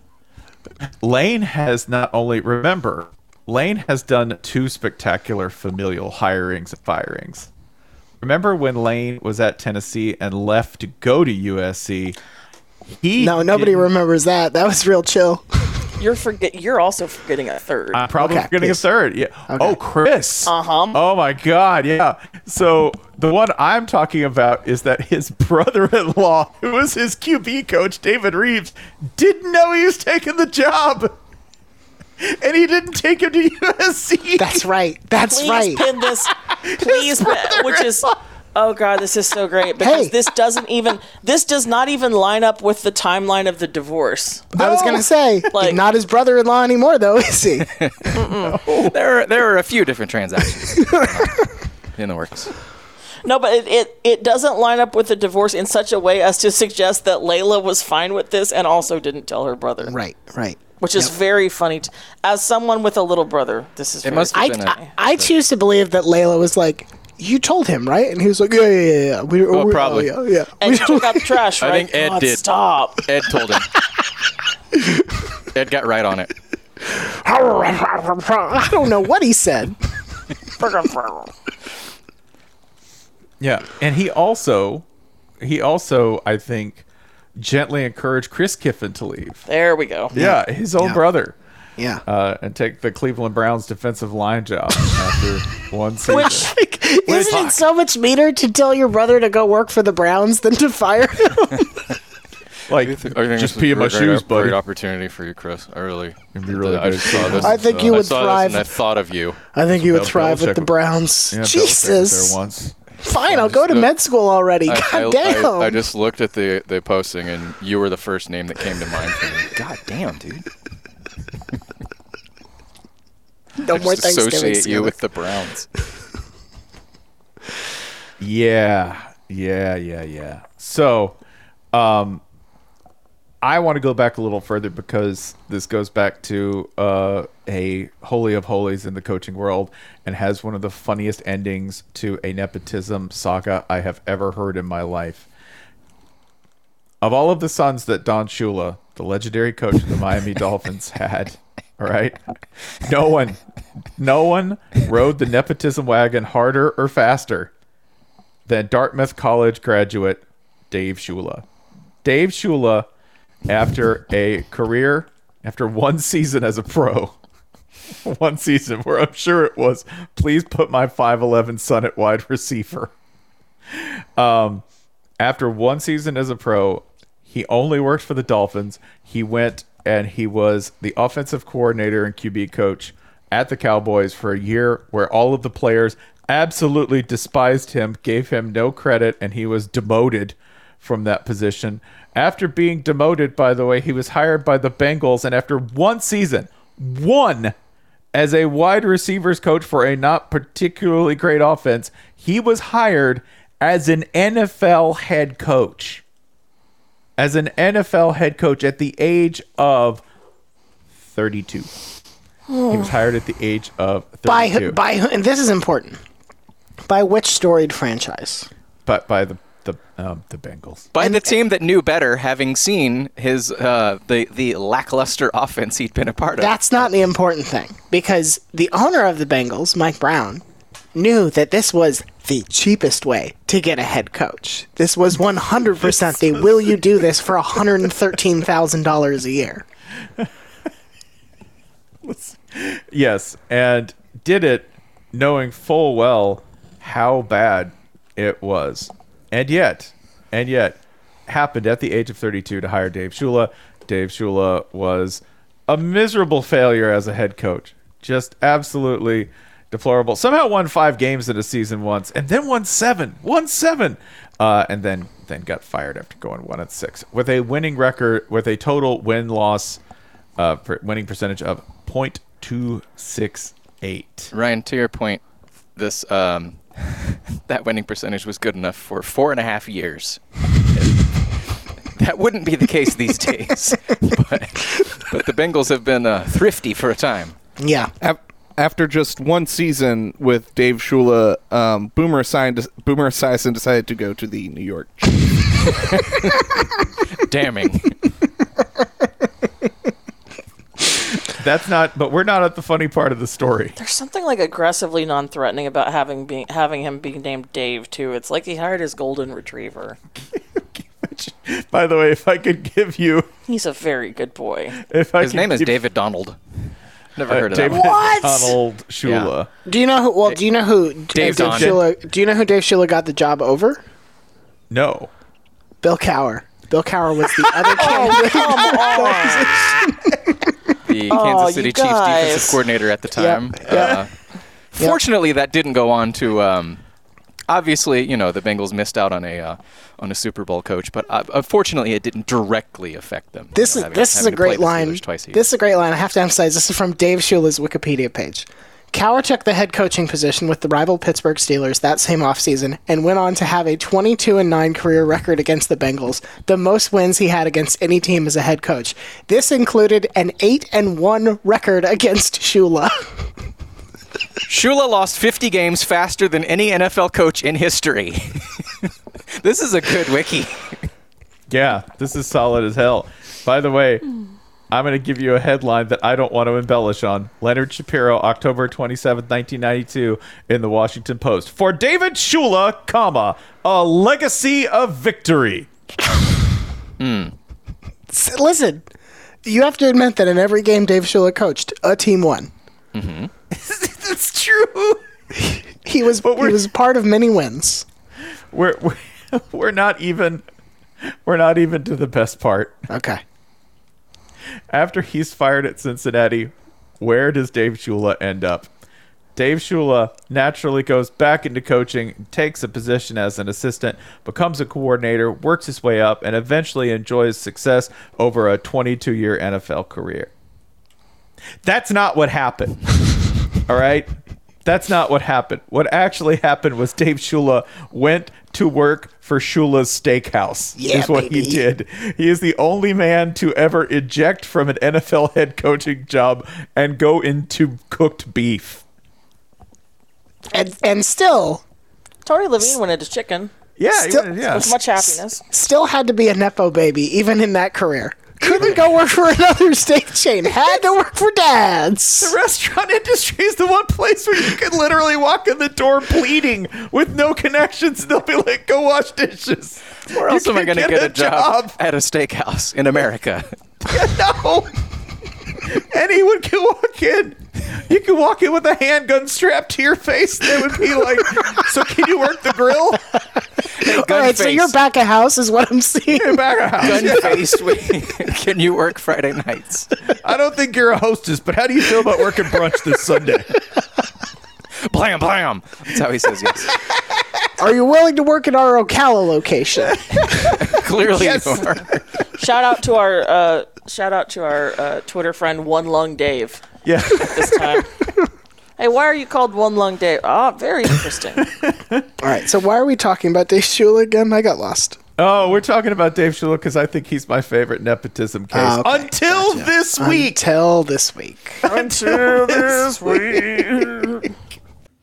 Speaker 2: Lane has not only remember Lane has done two spectacular familial hirings and firings. Remember when Lane was at Tennessee and left to go to USC? He
Speaker 3: No, nobody
Speaker 2: didn't-
Speaker 3: remembers that. That was real chill.
Speaker 1: You're forget. You're also forgetting a third.
Speaker 2: I'm probably
Speaker 3: Okay,
Speaker 2: getting
Speaker 3: please.
Speaker 2: a third. Yeah. Oh, Chris. Uh
Speaker 1: Uh-huh.
Speaker 2: Oh my God. Yeah. So the one I'm talking about is that his brother-in-law, who was his QB coach, David Reeves, didn't know he was taking the job, and he didn't take him to USC.
Speaker 3: That's right. That's
Speaker 1: please
Speaker 3: right.
Speaker 1: pin this. Please, pin, which is. Oh God, this is so great because
Speaker 3: Hey.
Speaker 1: this doesn't even. This does not even line up with the timeline of the divorce.
Speaker 3: I was gonna say,
Speaker 1: Like-
Speaker 3: not his brother-in-law anymore, though, is he?
Speaker 4: There are, there are a few different transactions in the works.
Speaker 1: No, but it, it it doesn't line up with the divorce in such a way as to suggest that Layla was fine with this and also didn't tell her brother.
Speaker 3: right, right.
Speaker 1: Which is very funny. T- as someone with a little brother, this is.
Speaker 4: It
Speaker 1: very
Speaker 4: must
Speaker 3: I,
Speaker 4: have been a
Speaker 3: I, I choose to believe that Layla was like, "You told him, right?" And he was like, "Yeah, yeah, yeah, yeah." We, oh,
Speaker 4: probably.
Speaker 3: Oh, yeah, yeah.
Speaker 1: And you took out the trash,
Speaker 4: I
Speaker 1: right?
Speaker 4: think Ed
Speaker 1: God,
Speaker 4: did.
Speaker 1: Stop.
Speaker 4: Ed told him. Ed got right on it.
Speaker 3: I don't know what he said.
Speaker 2: Yeah, and he also, he also, I think, gently encouraged Chris Kiffin to leave.
Speaker 1: There we go.
Speaker 2: Yeah, his own
Speaker 3: Yeah.
Speaker 2: brother,
Speaker 3: Yeah.
Speaker 2: uh, and take the Cleveland Browns defensive line job after one season.
Speaker 1: Which
Speaker 3: Isn't it so much meaner to tell your brother to go work for the Browns than to fire him?
Speaker 2: like, just pee in my shoes, buddy.
Speaker 4: Great opportunity for you, Chris. I really,
Speaker 2: It'd be really
Speaker 4: I
Speaker 2: good
Speaker 4: just
Speaker 2: if you
Speaker 4: saw
Speaker 2: did.
Speaker 4: this.
Speaker 3: I think
Speaker 4: and,
Speaker 3: you
Speaker 4: uh, I
Speaker 3: would
Speaker 4: saw
Speaker 3: thrive.
Speaker 4: This and I thought of you.
Speaker 3: I think you would
Speaker 2: Bill
Speaker 3: thrive with the
Speaker 2: Belichick-
Speaker 3: Browns.
Speaker 2: Yeah, Bill Simmons
Speaker 3: Jesus.
Speaker 2: There once.
Speaker 3: Fine, I'll go to med school already.
Speaker 4: I, I-
Speaker 3: God damn.
Speaker 4: I, I just looked at the, the posting, and you were the first name that came to mind for me. God damn, dude.
Speaker 3: no more
Speaker 4: Just
Speaker 3: Thanksgiving.
Speaker 4: associate you with the Browns.
Speaker 2: Yeah, yeah, yeah, yeah. So, um, I want to go back a little further because this goes back to uh, a holy of holies in the coaching world and has one of the funniest endings to a nepotism saga I have ever heard in my life. Of all of the sons that Don Shula, the legendary coach of the Miami Dolphins, had, all right, no one, no one rode the nepotism wagon harder or faster than Dartmouth College graduate Dave Shula. Dave Shula, after a career, after one season as a pro, one season where I'm sure it was, please put my 5'11 son at wide receiver. Um, after one season as a pro, he only worked for the Dolphins. He went and he was the offensive coordinator and QB coach at the Cowboys for a year where all of the players absolutely despised him, gave him no credit, and he was demoted from that position. After being demoted, by the way, he was hired by the Bengals, and after one season, one as a wide receivers coach for a not particularly great offense, he was hired as an NFL head coach. As an NFL head coach at the age of 32. He was hired at the age of 32.
Speaker 3: by who- by who- and this is important. By which storied franchise?
Speaker 2: but by the the um, the Bengals.
Speaker 4: By the team that knew better, having seen his uh, the the lackluster offense he'd been a part of.
Speaker 3: That's not the important thing because the owner of the Bengals, Mike Brown, knew that this was the cheapest way to get a head coach. This was 100% the will you do this for $113,000 a year.
Speaker 2: Yes, and did it knowing full well how bad it was. And yet, and yet, happened at the age of 32 to hire Dave Shula. Dave Shula was a miserable failure as a head coach. Just absolutely deplorable. Somehow won five games in a season once, and then won seven, won seven, uh, and then then got fired after going one and six with a winning record with a total win loss uh, per- winning percentage of .268.
Speaker 4: Ryan, to your point, this um, that winning percentage was good enough for four and a half years. that wouldn't be the case these days, but, but the Bengals have been uh, thrifty for a time.
Speaker 3: Yeah.
Speaker 5: Ap- After just one season with Dave Shula, um, Boomer signed Boomer Esiason decided to go to the New York. Jets.
Speaker 4: Damning.
Speaker 2: That's not, but we're not at the funny part of the story.
Speaker 1: There's something like aggressively non-threatening about having being having him being named Dave too. It's like he hired his golden retriever.
Speaker 2: By the way, if I could give you,
Speaker 1: He's a very good boy.
Speaker 2: if I
Speaker 4: His
Speaker 2: could
Speaker 4: name is
Speaker 2: give-
Speaker 4: David Donald. Never
Speaker 2: uh,
Speaker 4: heard of
Speaker 2: David
Speaker 4: that. One.
Speaker 2: Donald Shula.
Speaker 3: Do you know who? Well, do you know who?
Speaker 4: Dave Don.
Speaker 3: Shula, do you know who Dave Shula got the job over?
Speaker 2: No.
Speaker 3: Bill Cower. Bill Cower was the other candidate.
Speaker 4: The
Speaker 3: Oh,
Speaker 1: Aw,
Speaker 4: Kansas City
Speaker 1: you
Speaker 4: Chiefs
Speaker 1: guys.
Speaker 4: defensive coordinator at the time. Uh, Fortunately, that didn't go on to. Um, obviously, you know the Bengals missed out on a uh, on a Super Bowl coach, but uh, unfortunately, it didn't directly affect them. you
Speaker 3: This
Speaker 4: know,
Speaker 3: is
Speaker 4: having-
Speaker 3: this is a
Speaker 4: having to
Speaker 3: great
Speaker 4: play the
Speaker 3: line.
Speaker 4: Steelers Twice a year.
Speaker 3: This is a great line. I have to emphasize this is from Dave Shula's Wikipedia page. Cower took the head coaching position with the rival Pittsburgh Steelers that same offseason and went on to have a 22 and 9 career record against the Bengals, the most wins he had against any team as a head coach. This included an 8 and 1 record against Shula.
Speaker 4: Shula lost 50 games faster than any NFL coach in history. this is a good wiki.
Speaker 2: Yeah, this is solid as hell. By the way, I'm going to give you a headline that I don't want to embellish on. Leonard Shapiro, October 27, 1992, in the Washington Post. For David Shula, comma, a legacy of victory.
Speaker 3: Listen, you have to admit that in every game Dave Shula coached, a team won.
Speaker 2: That's true.
Speaker 3: He was he
Speaker 2: we're-
Speaker 3: was part of many wins.
Speaker 2: We're, we're, we're not even we're not even to the best part.
Speaker 3: Okay.
Speaker 2: after he's fired at Cincinnati, where does Dave Shula end up? Dave Shula naturally goes back into coaching, takes a position as an assistant, becomes a coordinator, works his way up, and eventually enjoys success over a 22 year NFL career. That's not what happened. All right? That's not what happened. What actually happened was Dave Shula went to work for Shula's Steakhouse.
Speaker 3: Yeah,
Speaker 2: is what
Speaker 3: baby.
Speaker 2: he did. He is the only man to ever eject from an NFL head coaching job and go into cooked beef.
Speaker 3: And and still
Speaker 1: Tony Levine wanted his chicken
Speaker 2: Yeah,
Speaker 3: Still-
Speaker 2: yeah.
Speaker 1: with much happiness.
Speaker 3: still had to be a nepo baby even in that career. Couldn't go work for another steak chain. Had to work for dad's.
Speaker 2: The restaurant industry is the one place where you can literally walk in the door bleeding with no connections. and They'll be like, "Go wash dishes."
Speaker 4: Where else am I going to
Speaker 2: can
Speaker 4: get, a, job, at a steakhouse in America?
Speaker 2: no. Anyone can walk in. You can walk in with a handgun strapped to your face. They would be like, "So can you work the grill?"
Speaker 3: All right, so you're back of house is what I'm seeing.
Speaker 2: Back of house.
Speaker 4: Gun faced. Can you work Friday nights?
Speaker 2: I don't think you're a hostess, but how do you feel about working brunch this Sunday?
Speaker 4: Blam, blam. That's how he says yes.
Speaker 3: Are you willing to work at our Ocala location?
Speaker 4: Clearly, you are.
Speaker 1: Shout out to our uh, shout out to our uh, Twitter friend One Lung Dave
Speaker 2: Yeah.
Speaker 1: this time. hey, why are you called One Lung Dave? Ah, very interesting.
Speaker 3: All right, so why are we talking about Dave Shula again? I got lost.
Speaker 2: Oh, we're talking about Dave Shula because I think he's my favorite nepotism case.
Speaker 3: Ah, okay.
Speaker 2: Until this week.
Speaker 3: Until this week.
Speaker 2: Until this week.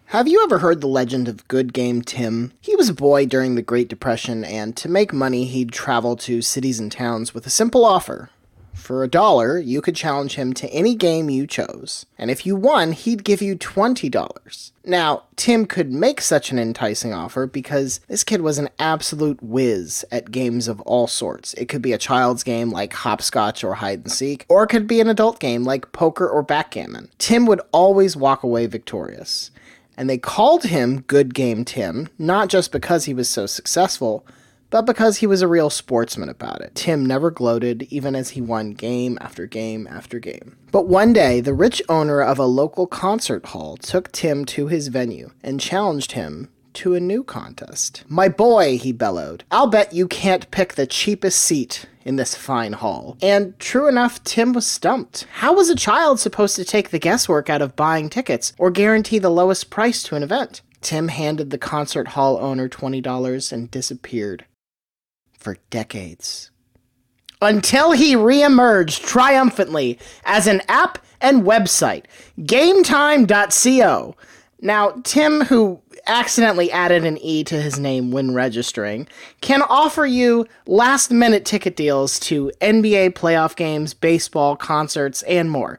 Speaker 3: Have you ever heard the legend of Good Game Tim? He was a boy during the Great Depression, and to make money, he'd travel to cities and towns with a simple offer. For a dollar, you could challenge him to any game you chose, and if you won, he'd give you $20. Now, Tim could make such an enticing offer because this kid was an absolute whiz at games of all sorts. It could be a child's game like hopscotch or hide and seek, or it could be an adult game like poker or backgammon. Tim would always walk away victorious. and they called him Good Game Tim, not just because he was so successful, but because he was a real sportsman about it. Tim never gloated, even as he won game after game after game. But one day, the rich owner of a local concert hall took Tim to his venue and challenged him to a new contest. My boy, he bellowed, I'll bet you can't pick the cheapest seat in this fine hall. And true enough, Tim was stumped. How was a child supposed to take the guesswork out of buying tickets or guarantee the lowest price to an event? Tim handed the concert hall owner $20 and disappeared for decades. Until he reemerged triumphantly as an app and website, gametime.co. Now, Tim, who accidentally added an E to his name when registering, can offer you last minute ticket deals to NBA playoff games, baseball, concerts, and more.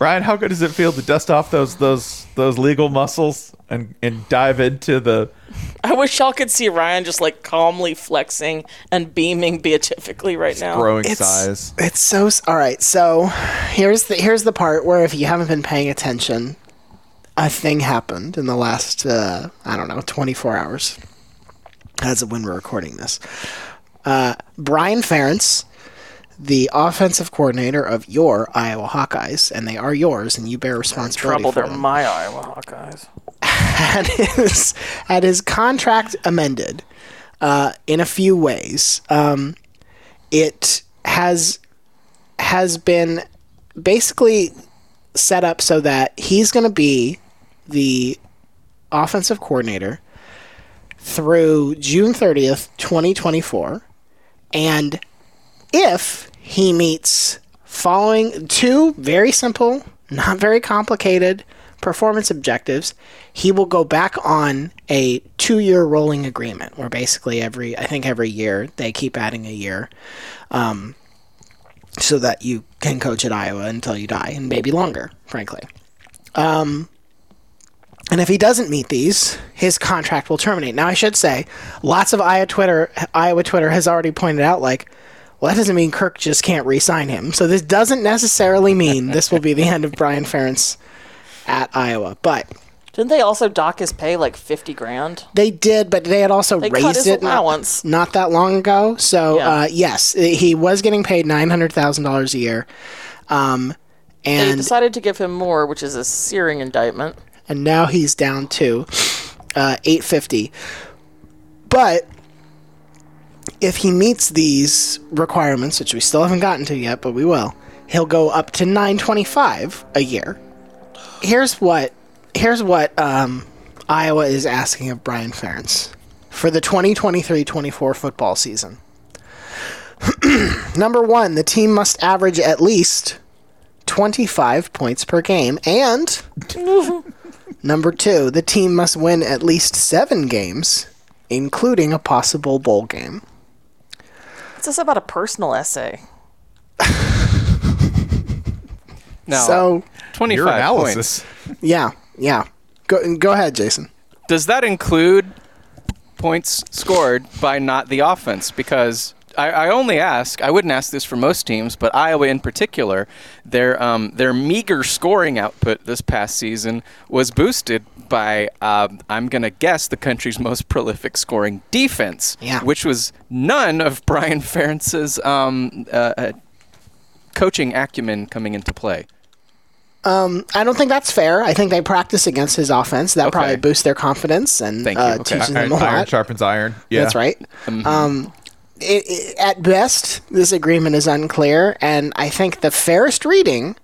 Speaker 2: Ryan, how good does it feel to dust off those those those legal muscles and and dive into the
Speaker 1: I wish y'all could see Ryan just like calmly flexing and beaming beatifically right now.
Speaker 2: growing size?
Speaker 3: It's so s- all right. So here's the here's the part where if you haven't been paying attention, a thing happened in the last uh, I don't know 24 hours. As of when we're recording this, uh, Brian Ferentz, the offensive coordinator of your Iowa Hawkeyes, and they are yours, and you bear responsibility
Speaker 1: Trouble,
Speaker 3: for
Speaker 1: they're
Speaker 3: them,
Speaker 1: my Iowa Hawkeyes.
Speaker 3: had his had his contract amended uh, in a few ways. Um, it has has been basically set up so that he's going to be the offensive coordinator through June 30th, 2024. And if he meets following two very simple, not very complicated performance objectives, he will go back on a two year rolling agreement where basically every, I think every year they keep adding a year um, so that you can coach at Iowa until you die and maybe longer, frankly. Um, and if he doesn't meet these, his contract will terminate. Now, I should say, lots of Iowa Twitter, Iowa Twitter has already pointed out, like, well, that doesn't mean Kirk just can't re-sign him. So this doesn't necessarily mean this will be the end of Brian Ferentz at Iowa. But
Speaker 1: Didn't they also dock his pay like fifty grand?
Speaker 3: they did, but they had also
Speaker 1: They cut
Speaker 3: raised
Speaker 1: his
Speaker 3: it
Speaker 1: allowance.
Speaker 3: not, not that long ago. So
Speaker 1: Yeah.
Speaker 3: uh, yes, i- he was getting paid nine hundred thousand dollars a year, um,
Speaker 1: They
Speaker 3: and
Speaker 1: decided to give him more, which is a searing indictment.
Speaker 3: and now he's down to uh, eight fifty. But if he meets these requirements, which we still haven't gotten to yet, but we will, he'll go up to 925 a year. Here's what here's what um, Iowa is asking of Brian Ferentz for the 2023-24 football season. Number 1, the team must average at least 25 points per game and number 2, the team must win at least 7 games including a possible bowl game.
Speaker 1: It's just about a personal essay.
Speaker 4: Now,
Speaker 3: So,
Speaker 4: 25 points.
Speaker 3: yeah, yeah. Go go ahead, Jason.
Speaker 4: Does that include points scored by not the offense? Because I, I only ask, I wouldn't ask this for most teams, but Iowa in particular, their um, their meager scoring output this past season was boosted by, um I'm going to guess, the country's most prolific scoring defense,
Speaker 3: Yeah.
Speaker 4: which was none of Brian Ferentz's um, uh, uh, coaching acumen coming into play.
Speaker 3: I don't think that's fair. I think they practice against his offense. That probably boosts their confidence and
Speaker 4: Thank you.
Speaker 3: uh,
Speaker 4: Okay.
Speaker 3: teaches them
Speaker 2: Iron,
Speaker 3: a
Speaker 2: iron
Speaker 3: lot.
Speaker 2: sharpens iron. Yeah,
Speaker 3: That's right.
Speaker 1: Mm-hmm.
Speaker 3: Um, i i at best, this agreement is unclear, and I think the fairest reading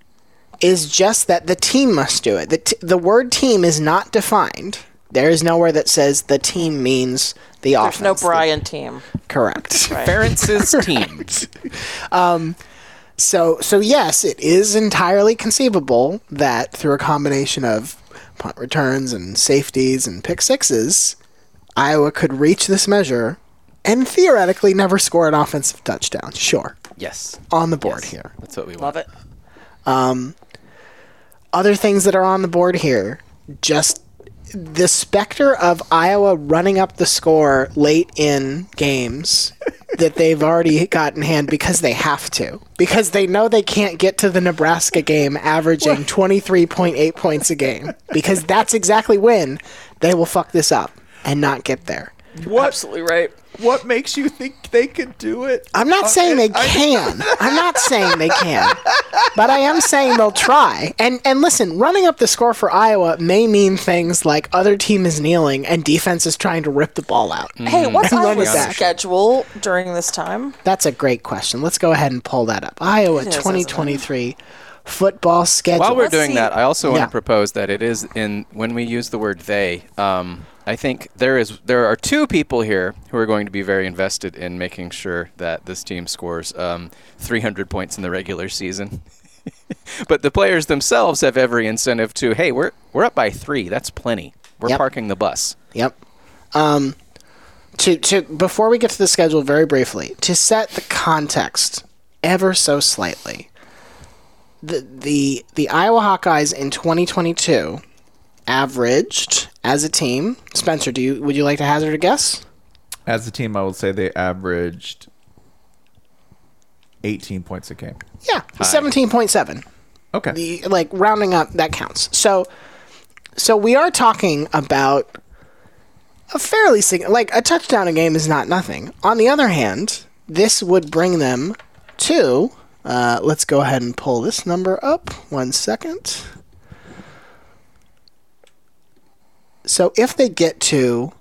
Speaker 3: is just that the team must do it. The, t- the word team is not defined. There is nowhere that says the team means the
Speaker 1: There's
Speaker 3: offense.
Speaker 1: no Brian team.
Speaker 3: Correct.
Speaker 4: Ferentz's team.
Speaker 3: So, so yes, it is entirely conceivable that through a combination of punt returns and safeties and pick sixes, Iowa could reach this measure and theoretically never score an offensive touchdown. Sure.
Speaker 4: Yes.
Speaker 3: On the board here.
Speaker 4: That's what we want.
Speaker 1: Love it.
Speaker 3: Other things that are on the board here, just the specter of Iowa running up the score late in games that they've already got in hand because they have to. Because they know they can't get to the Nebraska game averaging 23.8 points a game. Because that's exactly when they will fuck this up and not get there.
Speaker 2: What
Speaker 1: Absolutely right.
Speaker 2: what makes you think they could do it?
Speaker 3: I'm
Speaker 4: Oh,
Speaker 3: not saying they can. I'm not saying they can. But I am saying they'll try. And and listen, running up the score for Iowa may mean things like other team is kneeling and defense is trying to rip the ball out.
Speaker 4: Mm.
Speaker 1: Hey, what's
Speaker 3: Everyone
Speaker 1: Iowa's
Speaker 3: is back.
Speaker 1: schedule during this time?
Speaker 3: That's a great question. Let's go ahead and pull that up. Iowa
Speaker 1: It is,
Speaker 3: 2023 football schedule.
Speaker 4: While we're
Speaker 1: Let's
Speaker 4: doing
Speaker 1: see.
Speaker 4: that, I also want
Speaker 3: Yeah.
Speaker 4: to propose that it is in when we use the word they. Um, I think there is there are two people here who are going to be very invested in making sure that this team scores um, 300 points in the regular season. but the players themselves have every incentive to, hey, we're we're up by three. That's plenty. We're
Speaker 3: Yep.
Speaker 4: parking the bus.
Speaker 3: Yep. Um, to to before we get to the schedule, very briefly to set the context ever so slightly. The the the Iowa Hawkeyes in 2022 averaged as a team. Spencer, do you would you like to hazard a guess?
Speaker 2: As a team, I would say they averaged 18 points a game.
Speaker 3: Yeah, 17.7.
Speaker 2: Okay.
Speaker 3: the like rounding up that counts. So so we are talking about a fairly sig- like a touchdown a game is not nothing. On the other hand, this would bring them to uh, let's go ahead and pull this number up one second. So if they get to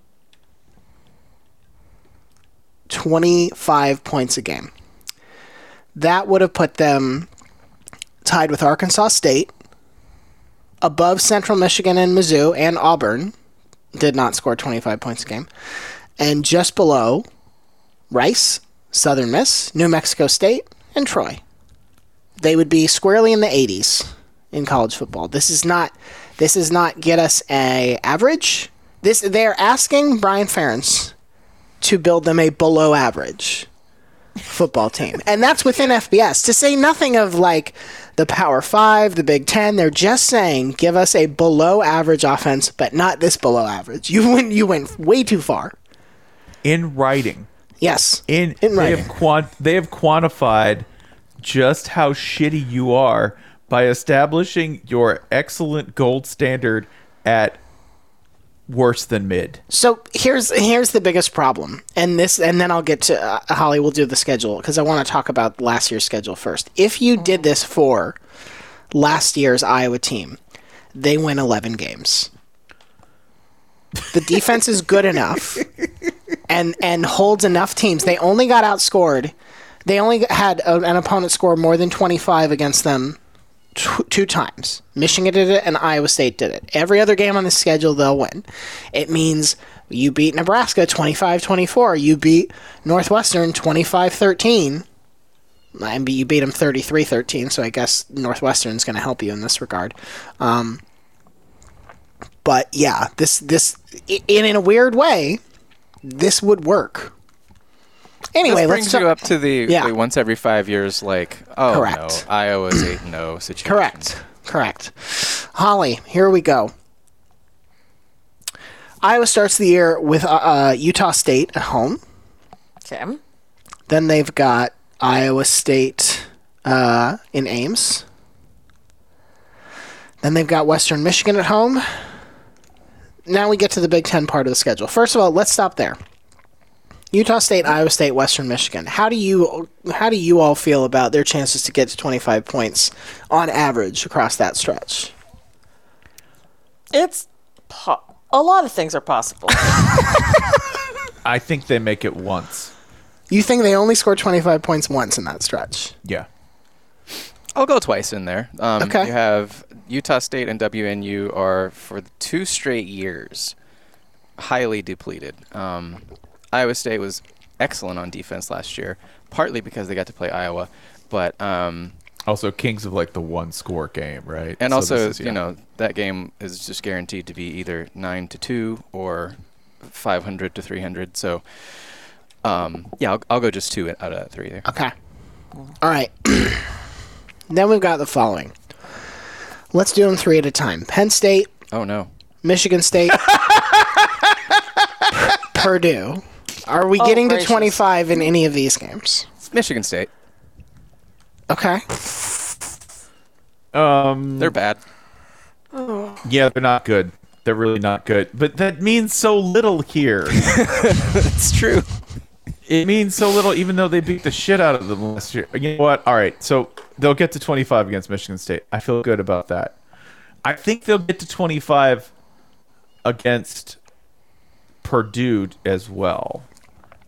Speaker 3: 25 points a game, that would have put them tied with Arkansas State, above Central Michigan and Mizzou and Auburn, did not score 25 points a game, and just below Rice, Southern Miss, New Mexico State, and Troy. They would be squarely in the 80s in college football. This is not this is not get us a average. This they are asking Brian Ferentz to build them a below average football team. And that's within FBS. To say nothing of like the Power Five, the Big Ten, they're just saying give us a below average offense, but not this below average. You went you went way too far.
Speaker 2: in writing,
Speaker 3: Yes.
Speaker 2: in,
Speaker 3: In
Speaker 2: they
Speaker 3: writing.
Speaker 2: have quant they have quantified just how shitty you are by establishing your excellent gold standard at worse than mid.
Speaker 3: So here's here's the biggest problem, and this, and then I'll get to uh, Holly. We'll do the schedule because I want to talk about last year's schedule first. If you did this for last year's Iowa team, they win eleven games. The defense is good enough, and and holds enough teams. They only got outscored. They only had a, an opponent score more than twenty five against them tw- two times. Michigan did it and Iowa State did it. Every other game on the schedule, they'll win. It means you beat Nebraska 25 24. You beat Northwestern 25 13. I mean, you beat them 33 13, so I guess Northwestern's going to help you in this regard. Um, but yeah, this, this, i- and in a weird way, this would work. Anyway,
Speaker 4: this
Speaker 3: let's
Speaker 4: brings
Speaker 3: talk-
Speaker 4: you up to the,
Speaker 3: Yeah.
Speaker 4: the once every five years, like oh
Speaker 3: Correct.
Speaker 4: no, Iowa's eight and zero situation.
Speaker 3: Correct. Correct. Holly, here we go. Iowa starts the year with uh, uh, Utah State at home.
Speaker 1: Okay.
Speaker 3: Then they've got Iowa State uh, in Ames. Then they've got Western Michigan at home. Now we get to the Big Ten part of the schedule. First of all, let's stop there. Utah State, Iowa State, Western Michigan. How do you how do you all feel about their chances to get to 25 points on average across that stretch?
Speaker 1: It's po- a lot of things are possible.
Speaker 2: I think they make it once.
Speaker 3: You think they only scored 25 points once in that stretch?
Speaker 2: Yeah.
Speaker 4: I'll go twice in there. Um,
Speaker 3: Okay.
Speaker 4: You have Utah State and WNU are for the two straight years highly depleted. Um, Iowa State was excellent on defense last year, partly because they got to play Iowa, but um,
Speaker 2: Also, Kings of like the one score game, right?
Speaker 4: And
Speaker 2: So
Speaker 4: also,
Speaker 2: this is- yeah.
Speaker 4: you know, that game is just guaranteed to be either nine to two or five hundred to three hundred. So, um, yeah, I'll, I'll go just two out of three there.
Speaker 3: Okay. All right. then we've got the following. Let's do them three at a time. Penn State,
Speaker 4: Oh no,
Speaker 3: Michigan State, Purdue. Are we getting to
Speaker 1: gracious.
Speaker 3: 25 in any of these games?
Speaker 4: it's Michigan State.
Speaker 3: Okay.
Speaker 4: They're bad.
Speaker 2: yeah, they're not good. They're really not good. But that means so little here.
Speaker 4: It's true.
Speaker 2: it means so little, even though they beat the shit out of them last year. You know what? All right, so they'll get to 25 against Michigan State. I feel good about that. I think they'll get to 25 against Purdue as well.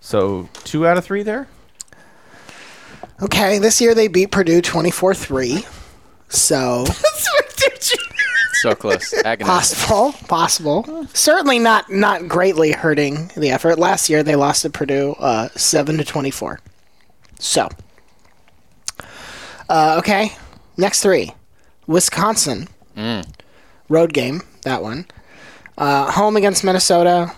Speaker 2: So two out of three there.
Speaker 3: Okay. This year they beat Purdue 24 3. So
Speaker 4: So close. Agonizing.
Speaker 3: possible, possible. Certainly not not greatly hurting the effort. Last year they lost to Purdue uh, seven to twenty four. So, uh, okay, next three, Wisconsin, road game that one, uh, home against Minnesota,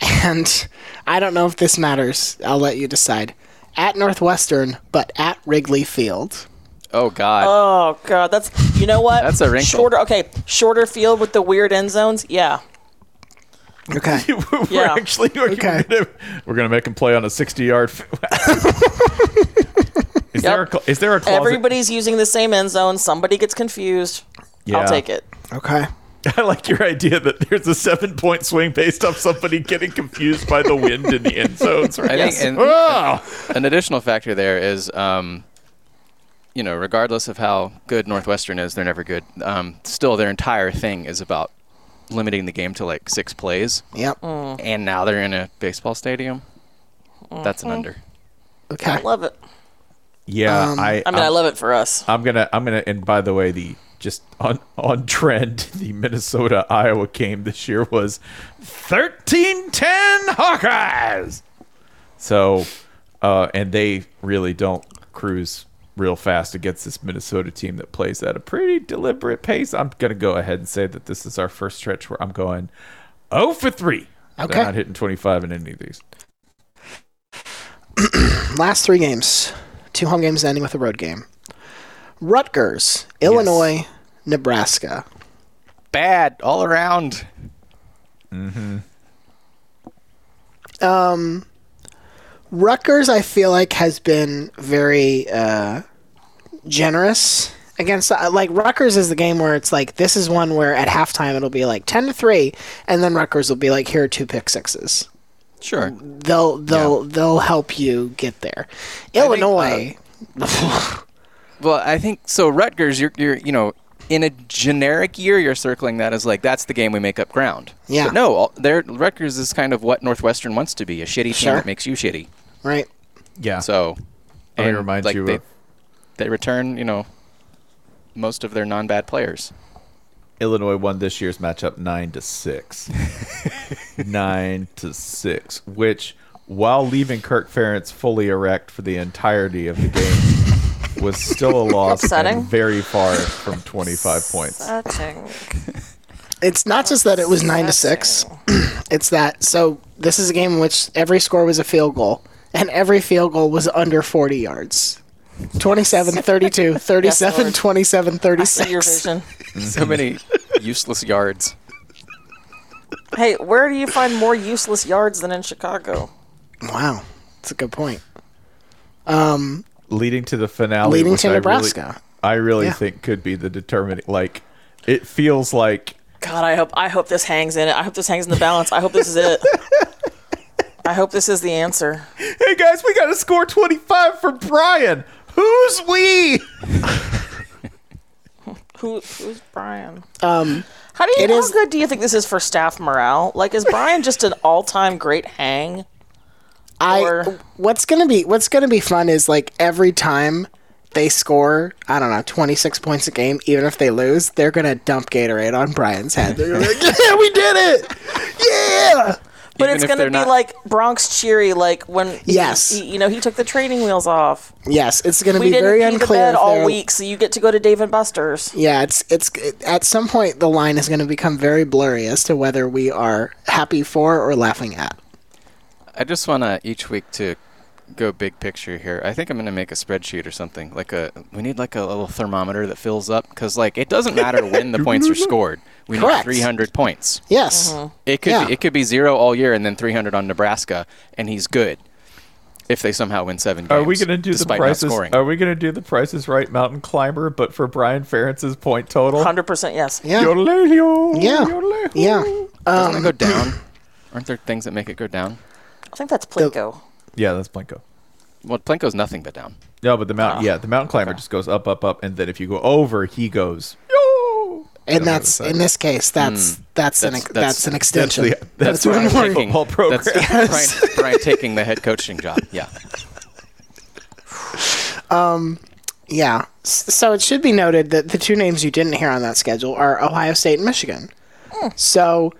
Speaker 3: and I don't know if this matters. I'll let you decide. At Northwestern, but at Wrigley Field.
Speaker 4: Oh God.
Speaker 1: Oh god, that's you know what?
Speaker 4: That's a wrinkle.
Speaker 1: Shorter. Okay, shorter field with the weird end zones. Yeah.
Speaker 3: Okay.
Speaker 2: we're
Speaker 1: Yeah.
Speaker 2: actually we're,
Speaker 3: Okay.
Speaker 2: gonna, we're gonna make him play on a 60 yard. F- is, there a, cl- is there a closet?
Speaker 1: Everybody's using the same end zone. Somebody gets confused.
Speaker 2: Yeah.
Speaker 1: I'll take it.
Speaker 3: Okay.
Speaker 2: I like your idea that there's a seven point swing based off somebody getting confused by the wind in the end zones, right?
Speaker 4: I
Speaker 1: Yes.
Speaker 4: think an,
Speaker 2: Oh!
Speaker 4: an additional factor there is, um, you know, regardless of how good Northwestern is, they're never good. Um, still, their entire thing is about limiting the game to like six plays,
Speaker 3: Yep.
Speaker 4: and now they're in a baseball stadium. That's an under.
Speaker 3: Okay.
Speaker 1: Love it. Um,
Speaker 2: Yeah, I,
Speaker 1: I mean, i love it for us.
Speaker 2: I'm gonna I'm gonna and by the way the just on on trend the Minnesota Iowa game this year was 13-10 Hawkeyes. So uh and they really don't cruise real fast against this Minnesota team that plays at a pretty deliberate pace. I'm gonna go ahead and say that this is our first stretch where I'm going 0 for 3.
Speaker 3: Okay.
Speaker 2: They're not hitting 25 in any of these.
Speaker 3: last three games, two home games ending with a road game. Rutgers, Illinois, Nebraska.
Speaker 4: Bad all around.
Speaker 3: Rutgers, I feel like, has been very uh, generous against. Uh, like Rutgers is the game where it's like this is one where at halftime it'll be like ten to three, and then Rutgers will be like, here are two pick sixes.
Speaker 4: Sure.
Speaker 3: They'll they'll they'll help you get there. Illinois,
Speaker 4: Well, I think so. Rutgers, you're, you're you know, in a generic year, you're circling that as like that's the game we make up ground.
Speaker 3: Yeah.
Speaker 4: But no, all, their Rutgers is kind of what Northwestern wants to be—a shitty team
Speaker 3: Sure.
Speaker 4: that makes you shitty.
Speaker 3: right?
Speaker 2: Yeah.
Speaker 4: So,
Speaker 2: I mean, it reminds you
Speaker 4: they,
Speaker 2: of-
Speaker 4: they return, you know, most of their non-bad players.
Speaker 2: Illinois won this year's matchup nine to six. nine to six, which while leaving Kirk Ferentz fully erect for the entirety of the game was still a loss
Speaker 1: Upsetting.
Speaker 2: and very far from 25 points.
Speaker 3: It's not just that it was nine to six. it's that so this is a game in which every score was a field goal, and every field goal was under 40 yards. 27 32, 37
Speaker 1: Lord.
Speaker 3: 27
Speaker 1: I see your
Speaker 3: 36.
Speaker 1: vision.
Speaker 4: So many useless yards.
Speaker 1: Hey, where do you find more useless yards than in Chicago?
Speaker 3: Wow, that's a good point.
Speaker 2: Leading to the finale.
Speaker 3: Leading
Speaker 2: which
Speaker 3: to
Speaker 2: I really-
Speaker 3: Nebraska.
Speaker 2: I really
Speaker 3: Yeah.
Speaker 2: think could be the determining. Like, it feels like
Speaker 1: God, I hope I hope this hangs in it. I hope this hangs in the balance. I hope this is it. I hope this is the answer.
Speaker 2: hey guys, we got to score 25 for Brian. Who's we?
Speaker 1: Who who's Brian?
Speaker 3: Um,
Speaker 1: How do you
Speaker 3: It
Speaker 1: how
Speaker 3: is-
Speaker 1: good do you think this is for staff morale? Like is Brian just an all time great hang?
Speaker 3: I
Speaker 1: Or-
Speaker 3: what's gonna be what's gonna be fun is like every time they score, I don't know, 26 points a game, even if they lose, they're gonna dump Gatorade on Brian's head. They're gonna be like, yeah, we did it! Yeah!
Speaker 1: But
Speaker 4: Even
Speaker 1: it's
Speaker 4: if
Speaker 1: going to
Speaker 4: they're
Speaker 1: be
Speaker 4: not-
Speaker 1: like Bronx cheery, like when he-
Speaker 3: Yes.
Speaker 1: he, you know he took the training wheels off.
Speaker 3: Yes, it's going to
Speaker 1: We
Speaker 3: be
Speaker 1: didn't
Speaker 3: very
Speaker 1: leave the
Speaker 3: unclear.
Speaker 1: bed
Speaker 3: if
Speaker 1: all
Speaker 3: they're-
Speaker 1: week, so you get to go to Dave and Buster's.
Speaker 3: Yeah, it's it's at some point the line is going to become very blurry as to whether we are happy for or laughing at.
Speaker 4: I just want to each week to go big picture here. I think I'm going to make a spreadsheet or something. Like a we need like a little thermometer that fills up because like it doesn't matter when the points are scored. We
Speaker 3: Correct.
Speaker 4: need 300 points.
Speaker 3: Yes.
Speaker 4: It could
Speaker 3: Yeah.
Speaker 4: be, it could be zero all year and then 300 on Nebraska, and he's good. If they somehow win seven games,
Speaker 2: Are we gonna do the
Speaker 4: despite
Speaker 2: prices?
Speaker 4: Not scoring.
Speaker 2: Are we gonna do the prices right mountain climber, but for Brian Ferentz's point total?
Speaker 1: Hundred percent, yes.
Speaker 3: Yeah.
Speaker 2: Yodelay-yo,
Speaker 3: Yeah.
Speaker 2: yodelay-yo.
Speaker 3: Yeah.
Speaker 4: Doesn't it go down? Um, Aren't there things that make it go down?
Speaker 1: I think that's Plinko.
Speaker 2: Yeah, that's Blanco.
Speaker 4: Well, Plinko's nothing but down.
Speaker 2: No, but the
Speaker 4: Ah.
Speaker 2: mountain, yeah, the mountain climber just goes up, up, up, and then if you go over, he goes. Yo!
Speaker 3: And that's in this case that's that's, an
Speaker 4: Hmm. That's-
Speaker 3: ex-
Speaker 4: that's-
Speaker 3: that's an
Speaker 4: that's
Speaker 3: extension.
Speaker 2: the- that's
Speaker 3: one
Speaker 2: right.
Speaker 3: more.
Speaker 2: Taking- football program.
Speaker 4: That's Brian, Brian taking the head coaching job. Yeah.
Speaker 3: Yeah. S- So it should be noted that the two names you didn't hear on that schedule are Ohio State and Michigan. So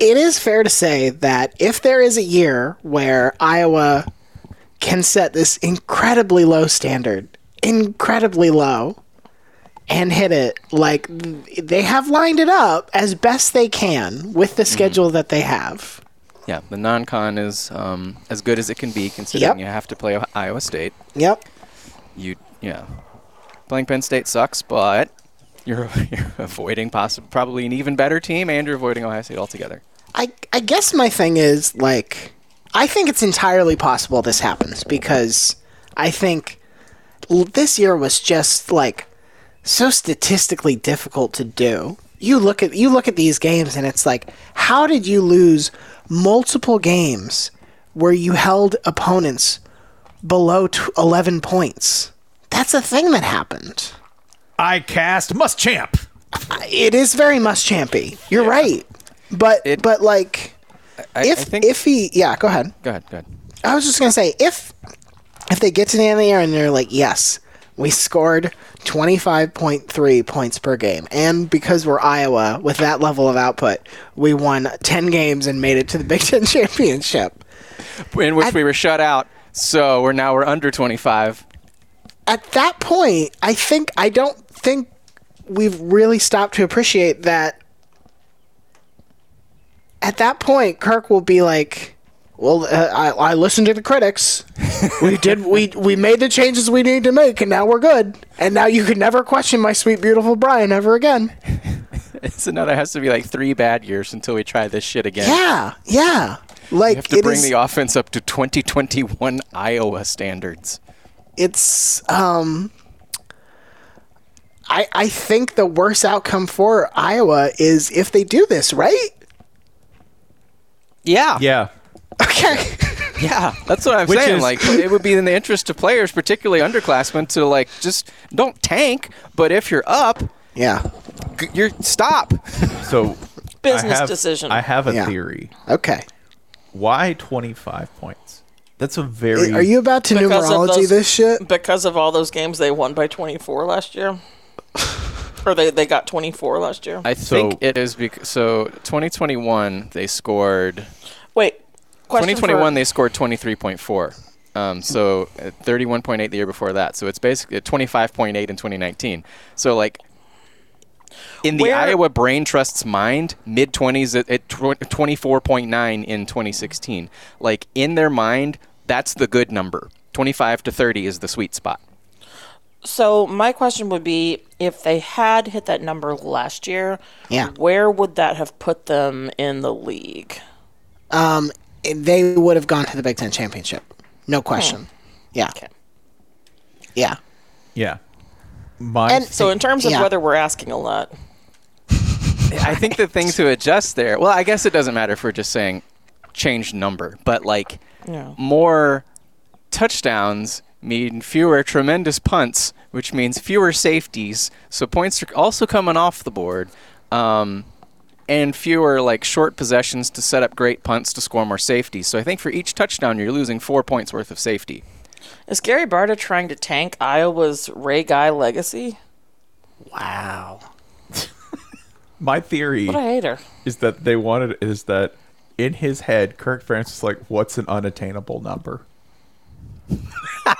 Speaker 3: it is fair to say that if there is a year where Iowa can set this incredibly low standard, incredibly low, and hit it, like th- they have lined it up as best they can with the schedule that they have.
Speaker 4: Yeah, the non-con is um, as good as it can be, considering
Speaker 3: Yep.
Speaker 4: you have to play Iowa- Iowa State.
Speaker 3: Yep.
Speaker 4: You, yeah, playing Penn State sucks, but you're, you're avoiding possibly probably an even better team, and you're avoiding Ohio State altogether.
Speaker 3: I I guess my thing is like I think it's entirely possible this happens because I think l- this year was just like so statistically difficult to do. You look at you look at these games and it's like how did you lose multiple games where you held opponents below t- 11 points? That's a thing that happened.
Speaker 2: I cast must champ.
Speaker 3: It is very much champy. You're right. But
Speaker 4: It-
Speaker 3: but like
Speaker 4: I,
Speaker 3: if
Speaker 4: I think,
Speaker 3: if he yeah, go ahead.
Speaker 4: go ahead, go ahead.
Speaker 3: I was just gonna say if if they get to the end of the year and they're like, yes, we scored twenty five point three points per game, and because we're Iowa with that level of output, we won ten games and made it to the Big Ten championship.
Speaker 4: In which we were shut out, so we're now we're under 25.
Speaker 3: At that point, I think I don't think we've really stopped to appreciate that. At that point, Kirk will be like. Well, uh, I, I listened to the critics. We did. We we made the changes we needed to make, and now we're good. And now you can never question my sweet, beautiful Brian ever again.
Speaker 4: So now there has to be like three bad years until we try this shit again.
Speaker 3: Yeah, yeah. Like
Speaker 4: You have to
Speaker 3: it
Speaker 4: bring
Speaker 3: is-
Speaker 4: the offense up to 2021 Iowa standards.
Speaker 3: it's um. I I think the worst outcome for Iowa is if they do this right.
Speaker 4: Yeah.
Speaker 2: Yeah.
Speaker 3: Okay.
Speaker 4: Yeah, that's what I'm
Speaker 2: Which
Speaker 4: saying.
Speaker 2: is-
Speaker 4: like, it would be in the interest of players, particularly underclassmen, to like just don't tank. But if you're up,
Speaker 3: yeah.
Speaker 4: g- you're stop.
Speaker 2: So
Speaker 1: Business
Speaker 2: I have,
Speaker 1: decision.
Speaker 2: I have a
Speaker 3: Yeah.
Speaker 2: theory.
Speaker 3: Okay.
Speaker 2: Why 25 points? That's a very.
Speaker 3: Are you about to
Speaker 1: Because of
Speaker 3: numerology
Speaker 1: those-
Speaker 3: this shit?
Speaker 1: because of all those games they won by 24 last year or they, they got 24 last year
Speaker 4: I
Speaker 2: So-
Speaker 4: think it is because so 2021 they scored.
Speaker 1: wait question
Speaker 4: 2021
Speaker 1: for-
Speaker 4: they scored 23.4. Um, so uh, 31.8 the year before that. So it's uh, basically 25.8 in 2019. So like. In the
Speaker 1: Where-
Speaker 4: Iowa Brain Trust's mind, mid 20s at, at tw- 24.9 in 2016. Like in their mind, that's the good number. 25 to 30 is the sweet spot.
Speaker 1: so my question would be if they had hit that number last year
Speaker 3: Yeah.
Speaker 1: where would that have put them in the league
Speaker 3: Um, they would have gone to the Big Ten championship, no
Speaker 1: Hmm.
Speaker 3: question. Yeah. Yeah.
Speaker 2: Yeah. My
Speaker 3: And-
Speaker 1: so in terms of
Speaker 3: Yeah.
Speaker 1: whether we're asking a lot
Speaker 4: I think the thing to adjust there. Well, I guess it doesn't matter if we're just saying change number, but like
Speaker 1: Yeah.
Speaker 4: more touchdowns mean fewer tremendous punts, which means fewer safeties. So points are also coming off the board. Um, and fewer like short possessions to set up great punts to score more safety. So I think for each touchdown you're losing 4 points worth of safety.
Speaker 1: is gary barta trying to tank iowa's ray guy legacy
Speaker 3: Wow.
Speaker 2: my theory
Speaker 1: what a hater
Speaker 2: is that they wanted is that in his head, Kirk Francis is like, what's an unattainable number?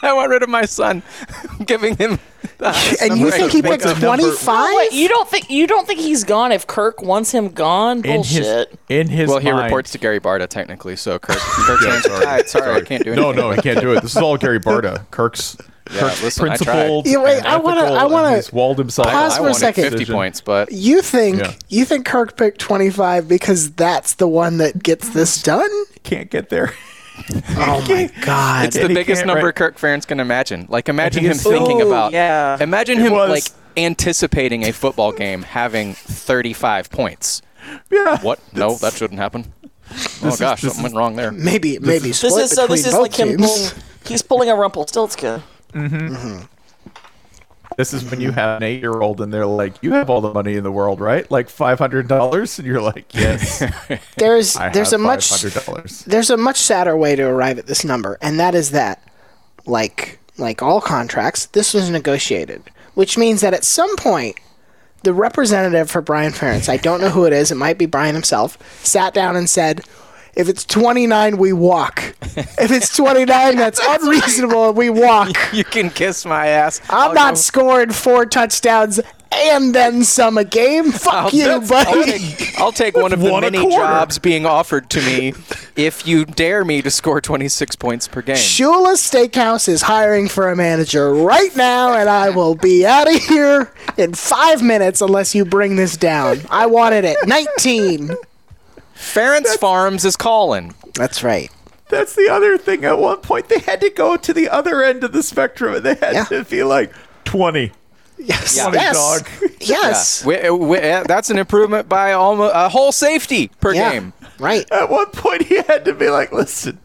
Speaker 4: I want rid of my son, giving him. The highest
Speaker 3: And
Speaker 4: number
Speaker 3: you
Speaker 4: I
Speaker 3: think
Speaker 4: can
Speaker 3: he
Speaker 4: think
Speaker 3: picked
Speaker 4: of.
Speaker 3: twenty five?
Speaker 1: What, you don't think you don't think he's gone if Kirk wants him gone?
Speaker 2: In his
Speaker 1: Bullshit.
Speaker 2: in his
Speaker 4: Well, he
Speaker 2: mind-
Speaker 4: reports to Gary Barta technically, so Kirk. Kirk's hands are tied. Sorry, I can't do anything.
Speaker 2: No, no, I can't do it. This is all Gary Barta. Kirk's
Speaker 4: Yeah,
Speaker 2: Kirk's
Speaker 4: listen, I tried.
Speaker 2: principled.
Speaker 3: Yeah, wait,
Speaker 2: and
Speaker 3: I wanna-
Speaker 2: ethical,
Speaker 3: I
Speaker 2: and
Speaker 3: wanna
Speaker 2: he's walled himself.
Speaker 4: I,
Speaker 3: Pause
Speaker 4: I
Speaker 3: for a
Speaker 4: wanted
Speaker 3: second.
Speaker 4: Fifty points, but
Speaker 3: You think
Speaker 2: Yeah.
Speaker 3: you think Kirk picked twenty five because that's the one that gets this done?
Speaker 2: Can't get there.
Speaker 3: Oh my god!
Speaker 4: it's the
Speaker 2: And he
Speaker 4: biggest
Speaker 2: can't
Speaker 4: number
Speaker 2: write-
Speaker 4: Kirk Ferentz can imagine. Like, imagine
Speaker 2: he
Speaker 4: him
Speaker 2: is-
Speaker 4: thinking
Speaker 1: Ooh,
Speaker 4: about.
Speaker 1: yeah.
Speaker 4: Imagine
Speaker 2: It
Speaker 4: him
Speaker 2: was-
Speaker 4: like anticipating a football game having thirty-five points.
Speaker 2: Yeah.
Speaker 4: What? No, that shouldn't happen. Oh
Speaker 2: this
Speaker 4: gosh,
Speaker 2: is- this
Speaker 4: something went wrong there.
Speaker 3: maybe maybe
Speaker 1: This
Speaker 3: split
Speaker 1: is so.
Speaker 3: between
Speaker 1: This is
Speaker 3: both
Speaker 1: like him. Pulling,
Speaker 3: teams.
Speaker 1: he's pulling a Rumpelstiltskin.
Speaker 2: This is when you have an eight-year-old and they're like, "You have all the money in the world, right? Like five hundred dollars?" And you're like, "Yes,
Speaker 3: There's
Speaker 2: I
Speaker 3: there's a
Speaker 2: have
Speaker 3: much
Speaker 2: hundred dollars."
Speaker 3: there's a much sadder way to arrive at this number, and that is that, like like all contracts, this was negotiated, which means that at some point, the representative for Brian Ferentz, I don't know who it is, it might be Brian himself, sat down and said, "If it's 29, we walk. If it's 29, that's unreasonable, and we walk.
Speaker 4: You can kiss my ass.
Speaker 3: I'm not scoring four touchdowns." And then some a game. Fuck
Speaker 4: Oh,
Speaker 3: you,
Speaker 4: I'll
Speaker 3: buddy.
Speaker 4: take, I'll take one of the
Speaker 2: One a
Speaker 4: many
Speaker 2: quarter.
Speaker 4: jobs being offered to me if you dare me to score 26 points per game.
Speaker 3: Shula Steakhouse is hiring for a manager right now, and I will be out of here in five minutes unless you bring this down. I wanted it. 19.
Speaker 4: Ference Farms is calling.
Speaker 3: That's right.
Speaker 2: That's the other thing. At one point, they had to go to the other end of the spectrum, and they had
Speaker 3: Yeah.
Speaker 2: to be like twenty.
Speaker 3: Yes.
Speaker 2: Yeah.
Speaker 3: Yes.
Speaker 2: Dog.
Speaker 3: Yes.
Speaker 4: We- we- uh, that's an improvement by almost a whole safety per
Speaker 3: Yeah.
Speaker 4: game.
Speaker 3: Right.
Speaker 2: At one point, he had to be like, "Listen,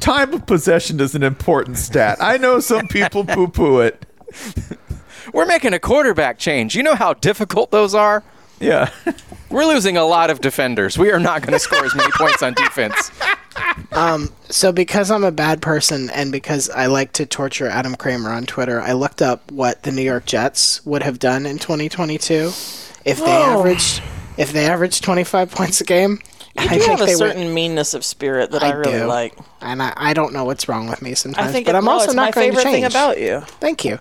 Speaker 2: time of possession is an important stat. I know some people poo-poo it.
Speaker 4: We're making a quarterback change. You know how difficult those are?
Speaker 2: Yeah,
Speaker 4: We're losing a lot of defenders. We are not going to score as many points on defense.
Speaker 3: So, because I'm a bad person and because I like to torture Adam Kramer on Twitter, I looked up what the New York Jets would have done in 2022 if they averaged if they averaged 25 points a game.
Speaker 1: You do have a certain meanness of spirit that I, really
Speaker 3: do.
Speaker 1: like.
Speaker 3: and I, I don't know what's wrong with me sometimes.
Speaker 1: I think
Speaker 3: but
Speaker 1: it-
Speaker 3: I'm
Speaker 1: no,
Speaker 3: also
Speaker 1: it's
Speaker 3: not
Speaker 1: my
Speaker 3: going
Speaker 1: favorite
Speaker 3: to change.
Speaker 1: thing about you.
Speaker 3: Thank you.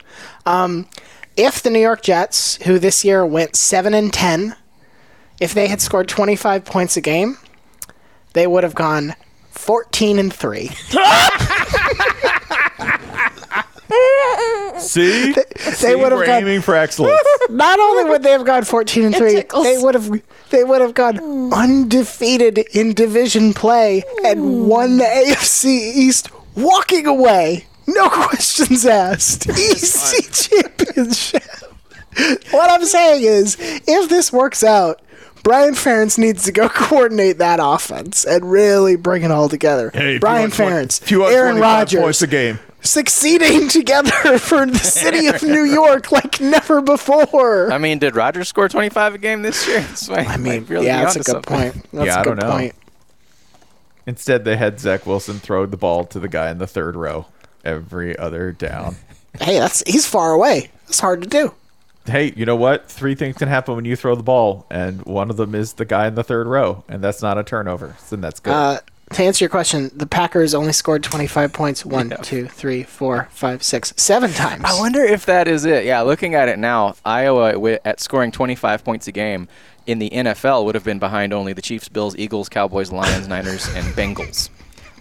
Speaker 3: Um, if the New York Jets, who this year went seven and ten, if they had scored 25 points a game, they would have gone 14 and three.
Speaker 2: see, See,
Speaker 3: would have
Speaker 2: we're
Speaker 3: got-
Speaker 2: aiming for excellence.
Speaker 3: Not only would they have gone 14 and three,
Speaker 1: tickles.
Speaker 3: they would have they would have gone undefeated in division play and won the AFC East, walking away. No questions asked. Easy championship. what I'm saying is, if this works out, Brian Ferentz needs to go coordinate that offense and really bring it all together.
Speaker 2: Hey, if you
Speaker 3: Brian
Speaker 2: want twen-
Speaker 3: Ferentz,
Speaker 2: if you want
Speaker 3: Aaron
Speaker 2: 25
Speaker 3: Rodgers,
Speaker 2: points a game.
Speaker 3: succeeding together for the city of New York like never before.
Speaker 4: I mean, did Rodgers score 25 a game this year? This might-
Speaker 3: I mean,
Speaker 4: might really
Speaker 3: yeah,
Speaker 4: be
Speaker 3: that's a
Speaker 4: onto
Speaker 3: good
Speaker 4: something.
Speaker 3: point. That's
Speaker 2: Yeah,
Speaker 3: a
Speaker 2: I
Speaker 3: good
Speaker 2: don't know.
Speaker 3: point.
Speaker 2: Instead, they had Zach Wilson throw the ball to the guy in the third row every other down.
Speaker 3: Hey, that's he's far away. That's hard to do.
Speaker 2: hey, you know what? Three things can happen when you throw the ball, and one of them is the guy in the third row, and that's not a turnover. So that's good.
Speaker 3: Uh, to answer your question, the Packers only scored 25 points one, two, three, four, five, six, seven times.
Speaker 4: I wonder if that is it. Yeah, looking at it now, Iowa wi- at scoring 25 points a game in the NFL would have been behind only the Chiefs, Bills, Eagles, Cowboys, Lions, Niners, and Bengals.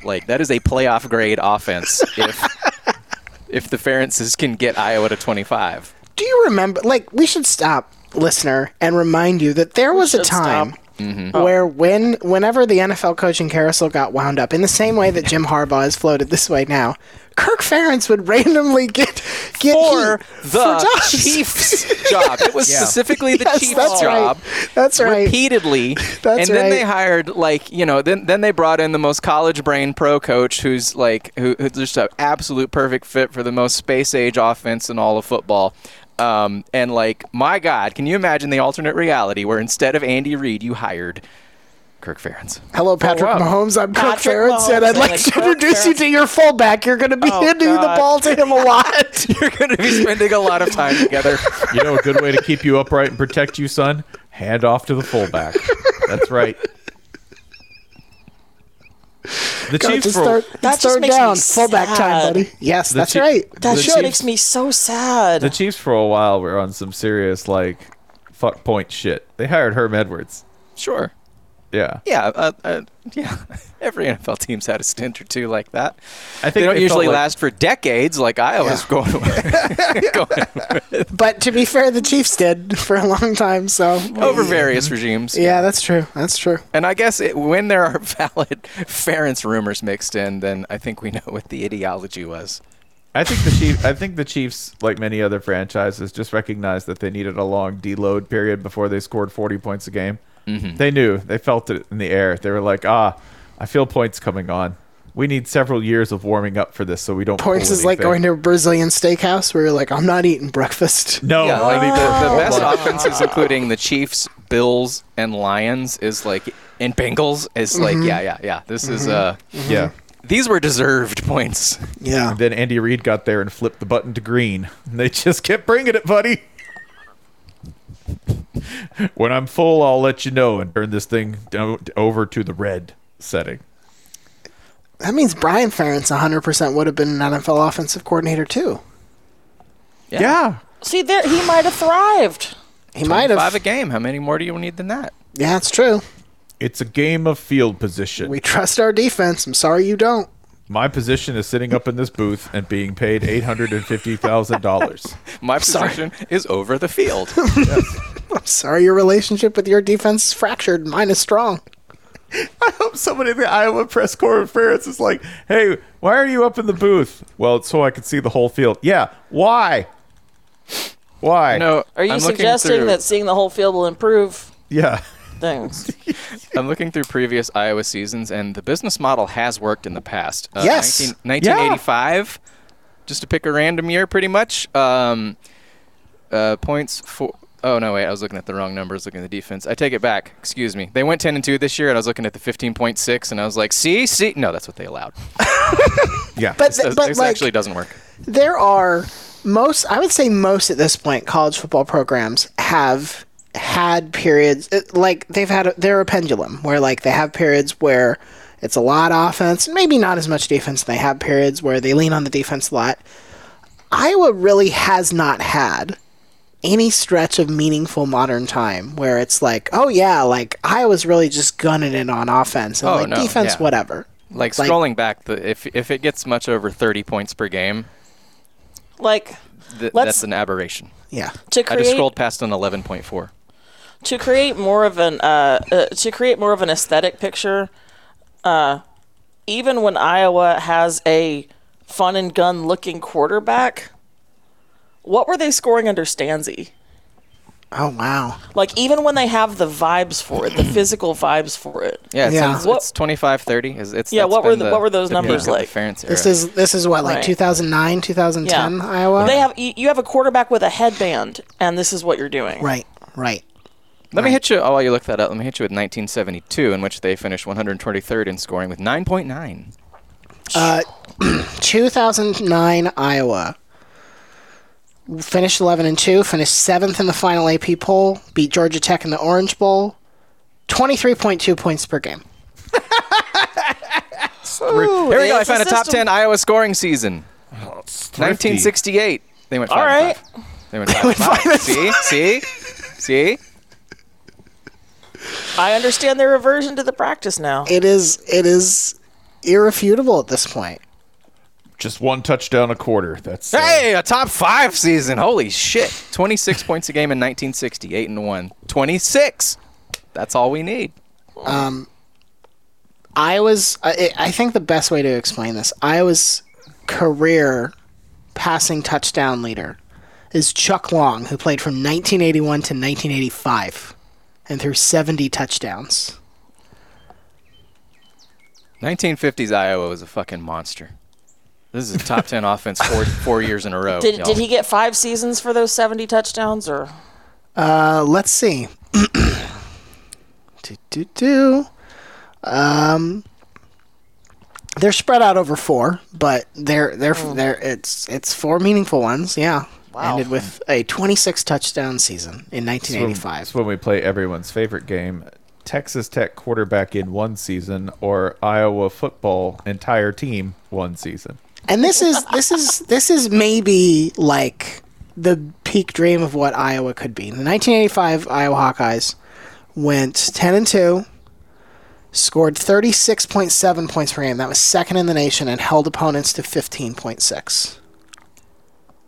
Speaker 4: Like that is a playoff grade offense if if the Ferences can get Iowa to 25.
Speaker 3: do you remember? Like, we should stop, listener, and remind you that there was a
Speaker 1: should stop. Oh.
Speaker 3: time
Speaker 2: Mm-hmm.
Speaker 3: where when whenever the NFL coaching carousel got wound up, in the same way that Jim Harbaugh is floated this way now, Kirk Ferentz would randomly get get
Speaker 4: For
Speaker 3: heat
Speaker 4: the
Speaker 3: for Josh.
Speaker 4: Chiefs job, it was specifically the
Speaker 3: Yes,
Speaker 4: Chiefs
Speaker 3: that's
Speaker 4: job.
Speaker 3: right. That's right.
Speaker 4: repeatedly.
Speaker 3: That's
Speaker 4: and then
Speaker 3: right.
Speaker 4: they hired like you know then then they brought in the most college brain pro coach who's like who, who's just an absolute perfect fit for the most space age offense in all of football. Um, and like my God, can you imagine the alternate reality where instead of Andy Reid, you hired Kirk Ferentz?
Speaker 3: Hello, Patrick
Speaker 4: wow.
Speaker 3: Mahomes. I'm Kirk
Speaker 1: Patrick
Speaker 3: Ferentz, and
Speaker 1: Mahomes
Speaker 3: I'd
Speaker 1: and
Speaker 3: like
Speaker 1: it's
Speaker 3: to
Speaker 1: Kirk
Speaker 3: introduce you
Speaker 1: Ferentz.
Speaker 3: to your fullback. You're going to be
Speaker 1: Oh,
Speaker 3: handing the
Speaker 1: God.
Speaker 3: ball to him a lot.
Speaker 4: You're going to be spending a lot of time together.
Speaker 2: you know, a good way to keep you upright and protect you, son? Hand off to the fullback. That's right. The
Speaker 3: Go,
Speaker 2: Chiefs
Speaker 3: just
Speaker 2: for
Speaker 3: third,
Speaker 1: That just
Speaker 3: it's third
Speaker 1: makes me
Speaker 3: down, fullback
Speaker 1: sad.
Speaker 3: time, buddy. Yes,
Speaker 2: The
Speaker 3: that's
Speaker 2: Chi-
Speaker 3: right.
Speaker 1: That
Speaker 2: The
Speaker 1: shit
Speaker 2: Chiefs-
Speaker 1: makes me so sad.
Speaker 2: the Chiefs for a while were on some serious like fuck point shit. They hired Herm Edwards.
Speaker 4: Sure.
Speaker 2: Yeah,
Speaker 4: Yeah. Uh, uh, yeah. Every NFL team's had a stint or two like that.
Speaker 2: I think
Speaker 4: They don't
Speaker 2: felt
Speaker 4: usually
Speaker 2: like-
Speaker 4: last for decades, like Iowa's
Speaker 3: Yeah.
Speaker 4: going. going
Speaker 3: But to be fair, the Chiefs did for a long time. So
Speaker 4: over various regimes.
Speaker 3: Yeah, that's true. That's true.
Speaker 4: And I guess it, when there are valid Ference rumors mixed in, then I think we know what the ideology was.
Speaker 2: I think the Chiefs. I think the Chiefs, like many other franchises, just recognized that they needed a long deload period before they scored 40 points a game.
Speaker 4: Mm-hmm.
Speaker 2: They knew. They felt it in the air. They were like, ah, I feel points coming on. We need several years of warming up for this, so we don't.
Speaker 3: Points
Speaker 2: pull
Speaker 3: is like
Speaker 2: anything."
Speaker 3: going to a Brazilian steakhouse where you're like, I'm not eating breakfast.
Speaker 2: No,
Speaker 4: yeah,
Speaker 2: Oh, I
Speaker 4: like
Speaker 2: need to-
Speaker 4: the, the best offenses, including the Chiefs, Bills, and Lions, is like and Bengals is like yeah, yeah, yeah. This is uh,
Speaker 2: yeah.
Speaker 4: these were deserved points.
Speaker 3: Yeah.
Speaker 2: Then Andy Reid got there and flipped the button to green. And they just kept bringing it, buddy. when I'm full, I'll let you know and turn this thing down, over to the red setting.
Speaker 3: That means Brian Ferentz 100% would have been an NFL offensive coordinator too.
Speaker 4: Yeah.
Speaker 3: Ah.
Speaker 1: See, there he might have thrived.
Speaker 3: He might have.
Speaker 4: Five a game. How many more do you need than that?
Speaker 3: Yeah, that's true.
Speaker 2: It's a game of field position.
Speaker 3: We trust our defense. I'm sorry you don't.
Speaker 2: My position is sitting up in this booth and being paid eight hundred and fifty thousand dollars.
Speaker 4: My position is over the field.
Speaker 3: I'm sorry your relationship with your defense is fractured. and Mine is strong.
Speaker 2: Somebody in the Iowa press conference is like, "Hey, why are you up in the booth?" Well, it's so I can see the whole field. Yeah, why? Why?
Speaker 4: No,
Speaker 1: Are you
Speaker 4: I'm looking
Speaker 1: suggesting
Speaker 4: through-
Speaker 1: that seeing the whole field will improve
Speaker 2: Yeah.
Speaker 1: things?
Speaker 4: I'm looking through previous Iowa seasons, and the business model has worked in the past. Uh,
Speaker 3: Yes.
Speaker 4: 19- 1985, just to pick a random year, pretty much. Um, uh, points for. Oh no! Wait, I was looking at the wrong numbers. Looking at the defense. I take it back. Excuse me. They went 10 and 2 this year, and I was looking at the 15.6, and I was like, "See, see, no, that's what they allowed.
Speaker 2: Yeah.
Speaker 3: But, th-
Speaker 4: This,
Speaker 3: but
Speaker 4: this
Speaker 3: like,
Speaker 4: actually doesn't work."
Speaker 3: there are most i would say most at this point college football programs have had periods it- like they've had a, they're a pendulum where like they have periods where it's a lot of offense maybe not as much defense and they have periods where they lean on the defense a lot iowa really has not had any stretch of meaningful modern time where it's like oh yeah like iowa's really just gunning it on offense and
Speaker 4: Oh,
Speaker 3: like
Speaker 4: no,
Speaker 3: defense
Speaker 4: yeah.
Speaker 3: whatever
Speaker 4: Like
Speaker 3: Like-
Speaker 4: scrolling back, the, if if it gets much over 30 points per game,
Speaker 1: Like
Speaker 4: th-
Speaker 1: Let's-
Speaker 4: that's an aberration.
Speaker 3: yeah
Speaker 1: to
Speaker 4: I just
Speaker 1: create
Speaker 4: scrolled past an 11.4.
Speaker 1: to create more of an uh, uh, to create more of an aesthetic picture, uh, even when Iowa has a fun and gun looking quarterback, what were they scoring under Stanzi?
Speaker 3: oh wow
Speaker 1: Like even when they have the vibes for it, the physical vibes for it.
Speaker 4: Yeah, it's,
Speaker 3: Yeah.
Speaker 4: It's,
Speaker 1: What-
Speaker 4: it's 25, 30. Is, it's,
Speaker 1: Yeah,
Speaker 4: that's
Speaker 1: what were
Speaker 4: been
Speaker 1: the- what were those
Speaker 4: peak
Speaker 1: numbers
Speaker 4: of the
Speaker 1: like?
Speaker 4: Ferentz era.
Speaker 3: This is this is what like
Speaker 1: Right.
Speaker 3: 2009, 2010
Speaker 1: Yeah.
Speaker 3: Iowa.
Speaker 1: They have you you have a quarterback with a headband, and this is what you're doing.
Speaker 3: right, right.
Speaker 4: let me hit you, oh, while you look that up, let me hit you with 1972, in which they finished 123rd in scoring with 9.9.
Speaker 3: 2009 Iowa finished 11 and 2, finished 7th in the final AP poll, beat Georgia Tech in the Orange Bowl. 23.2 points per game.
Speaker 4: Here we go. I
Speaker 1: it's a
Speaker 4: found a top
Speaker 1: system.
Speaker 4: 10 Iowa scoring season. Oh, 1968. They went five.
Speaker 1: All
Speaker 4: and
Speaker 1: right.
Speaker 4: five. They went five. and five. See? See? See?
Speaker 1: I understand their aversion to the practice now.
Speaker 3: It is it is irrefutable at this point.
Speaker 2: Just one touchdown a quarter. That's uh,
Speaker 4: Hey, a top five season. Holy shit. 26 points a game in 1968 and 1. 26. That's all we need.
Speaker 3: Iowa's I, I think the best way to explain this, Iowa's career passing touchdown leader is Chuck Long, who played from 1981 to 1985 and threw 70 touchdowns.
Speaker 4: 1950s Iowa was a fucking monster. This is a top 10 offense four, four years in a row.
Speaker 1: Did,
Speaker 4: y'all.
Speaker 1: did he get five seasons for those 70 touchdowns or
Speaker 3: Uh, let's see. do, do, do. Um, they're spread out over four, but they're they're they're it's it's four meaningful ones. Yeah. Ended with a 26 touchdown season in
Speaker 2: that's when-
Speaker 3: 1985.
Speaker 2: That's when we play everyone's favorite game, Texas Tech quarterback in one season or Iowa football entire team one season.
Speaker 3: And this is this is this is maybe like the peak dream of what Iowa could be. The 1985 Iowa Hawkeyes went 10 and 2, scored 36.7 points per game. That was second in the nation and held opponents to 15.6.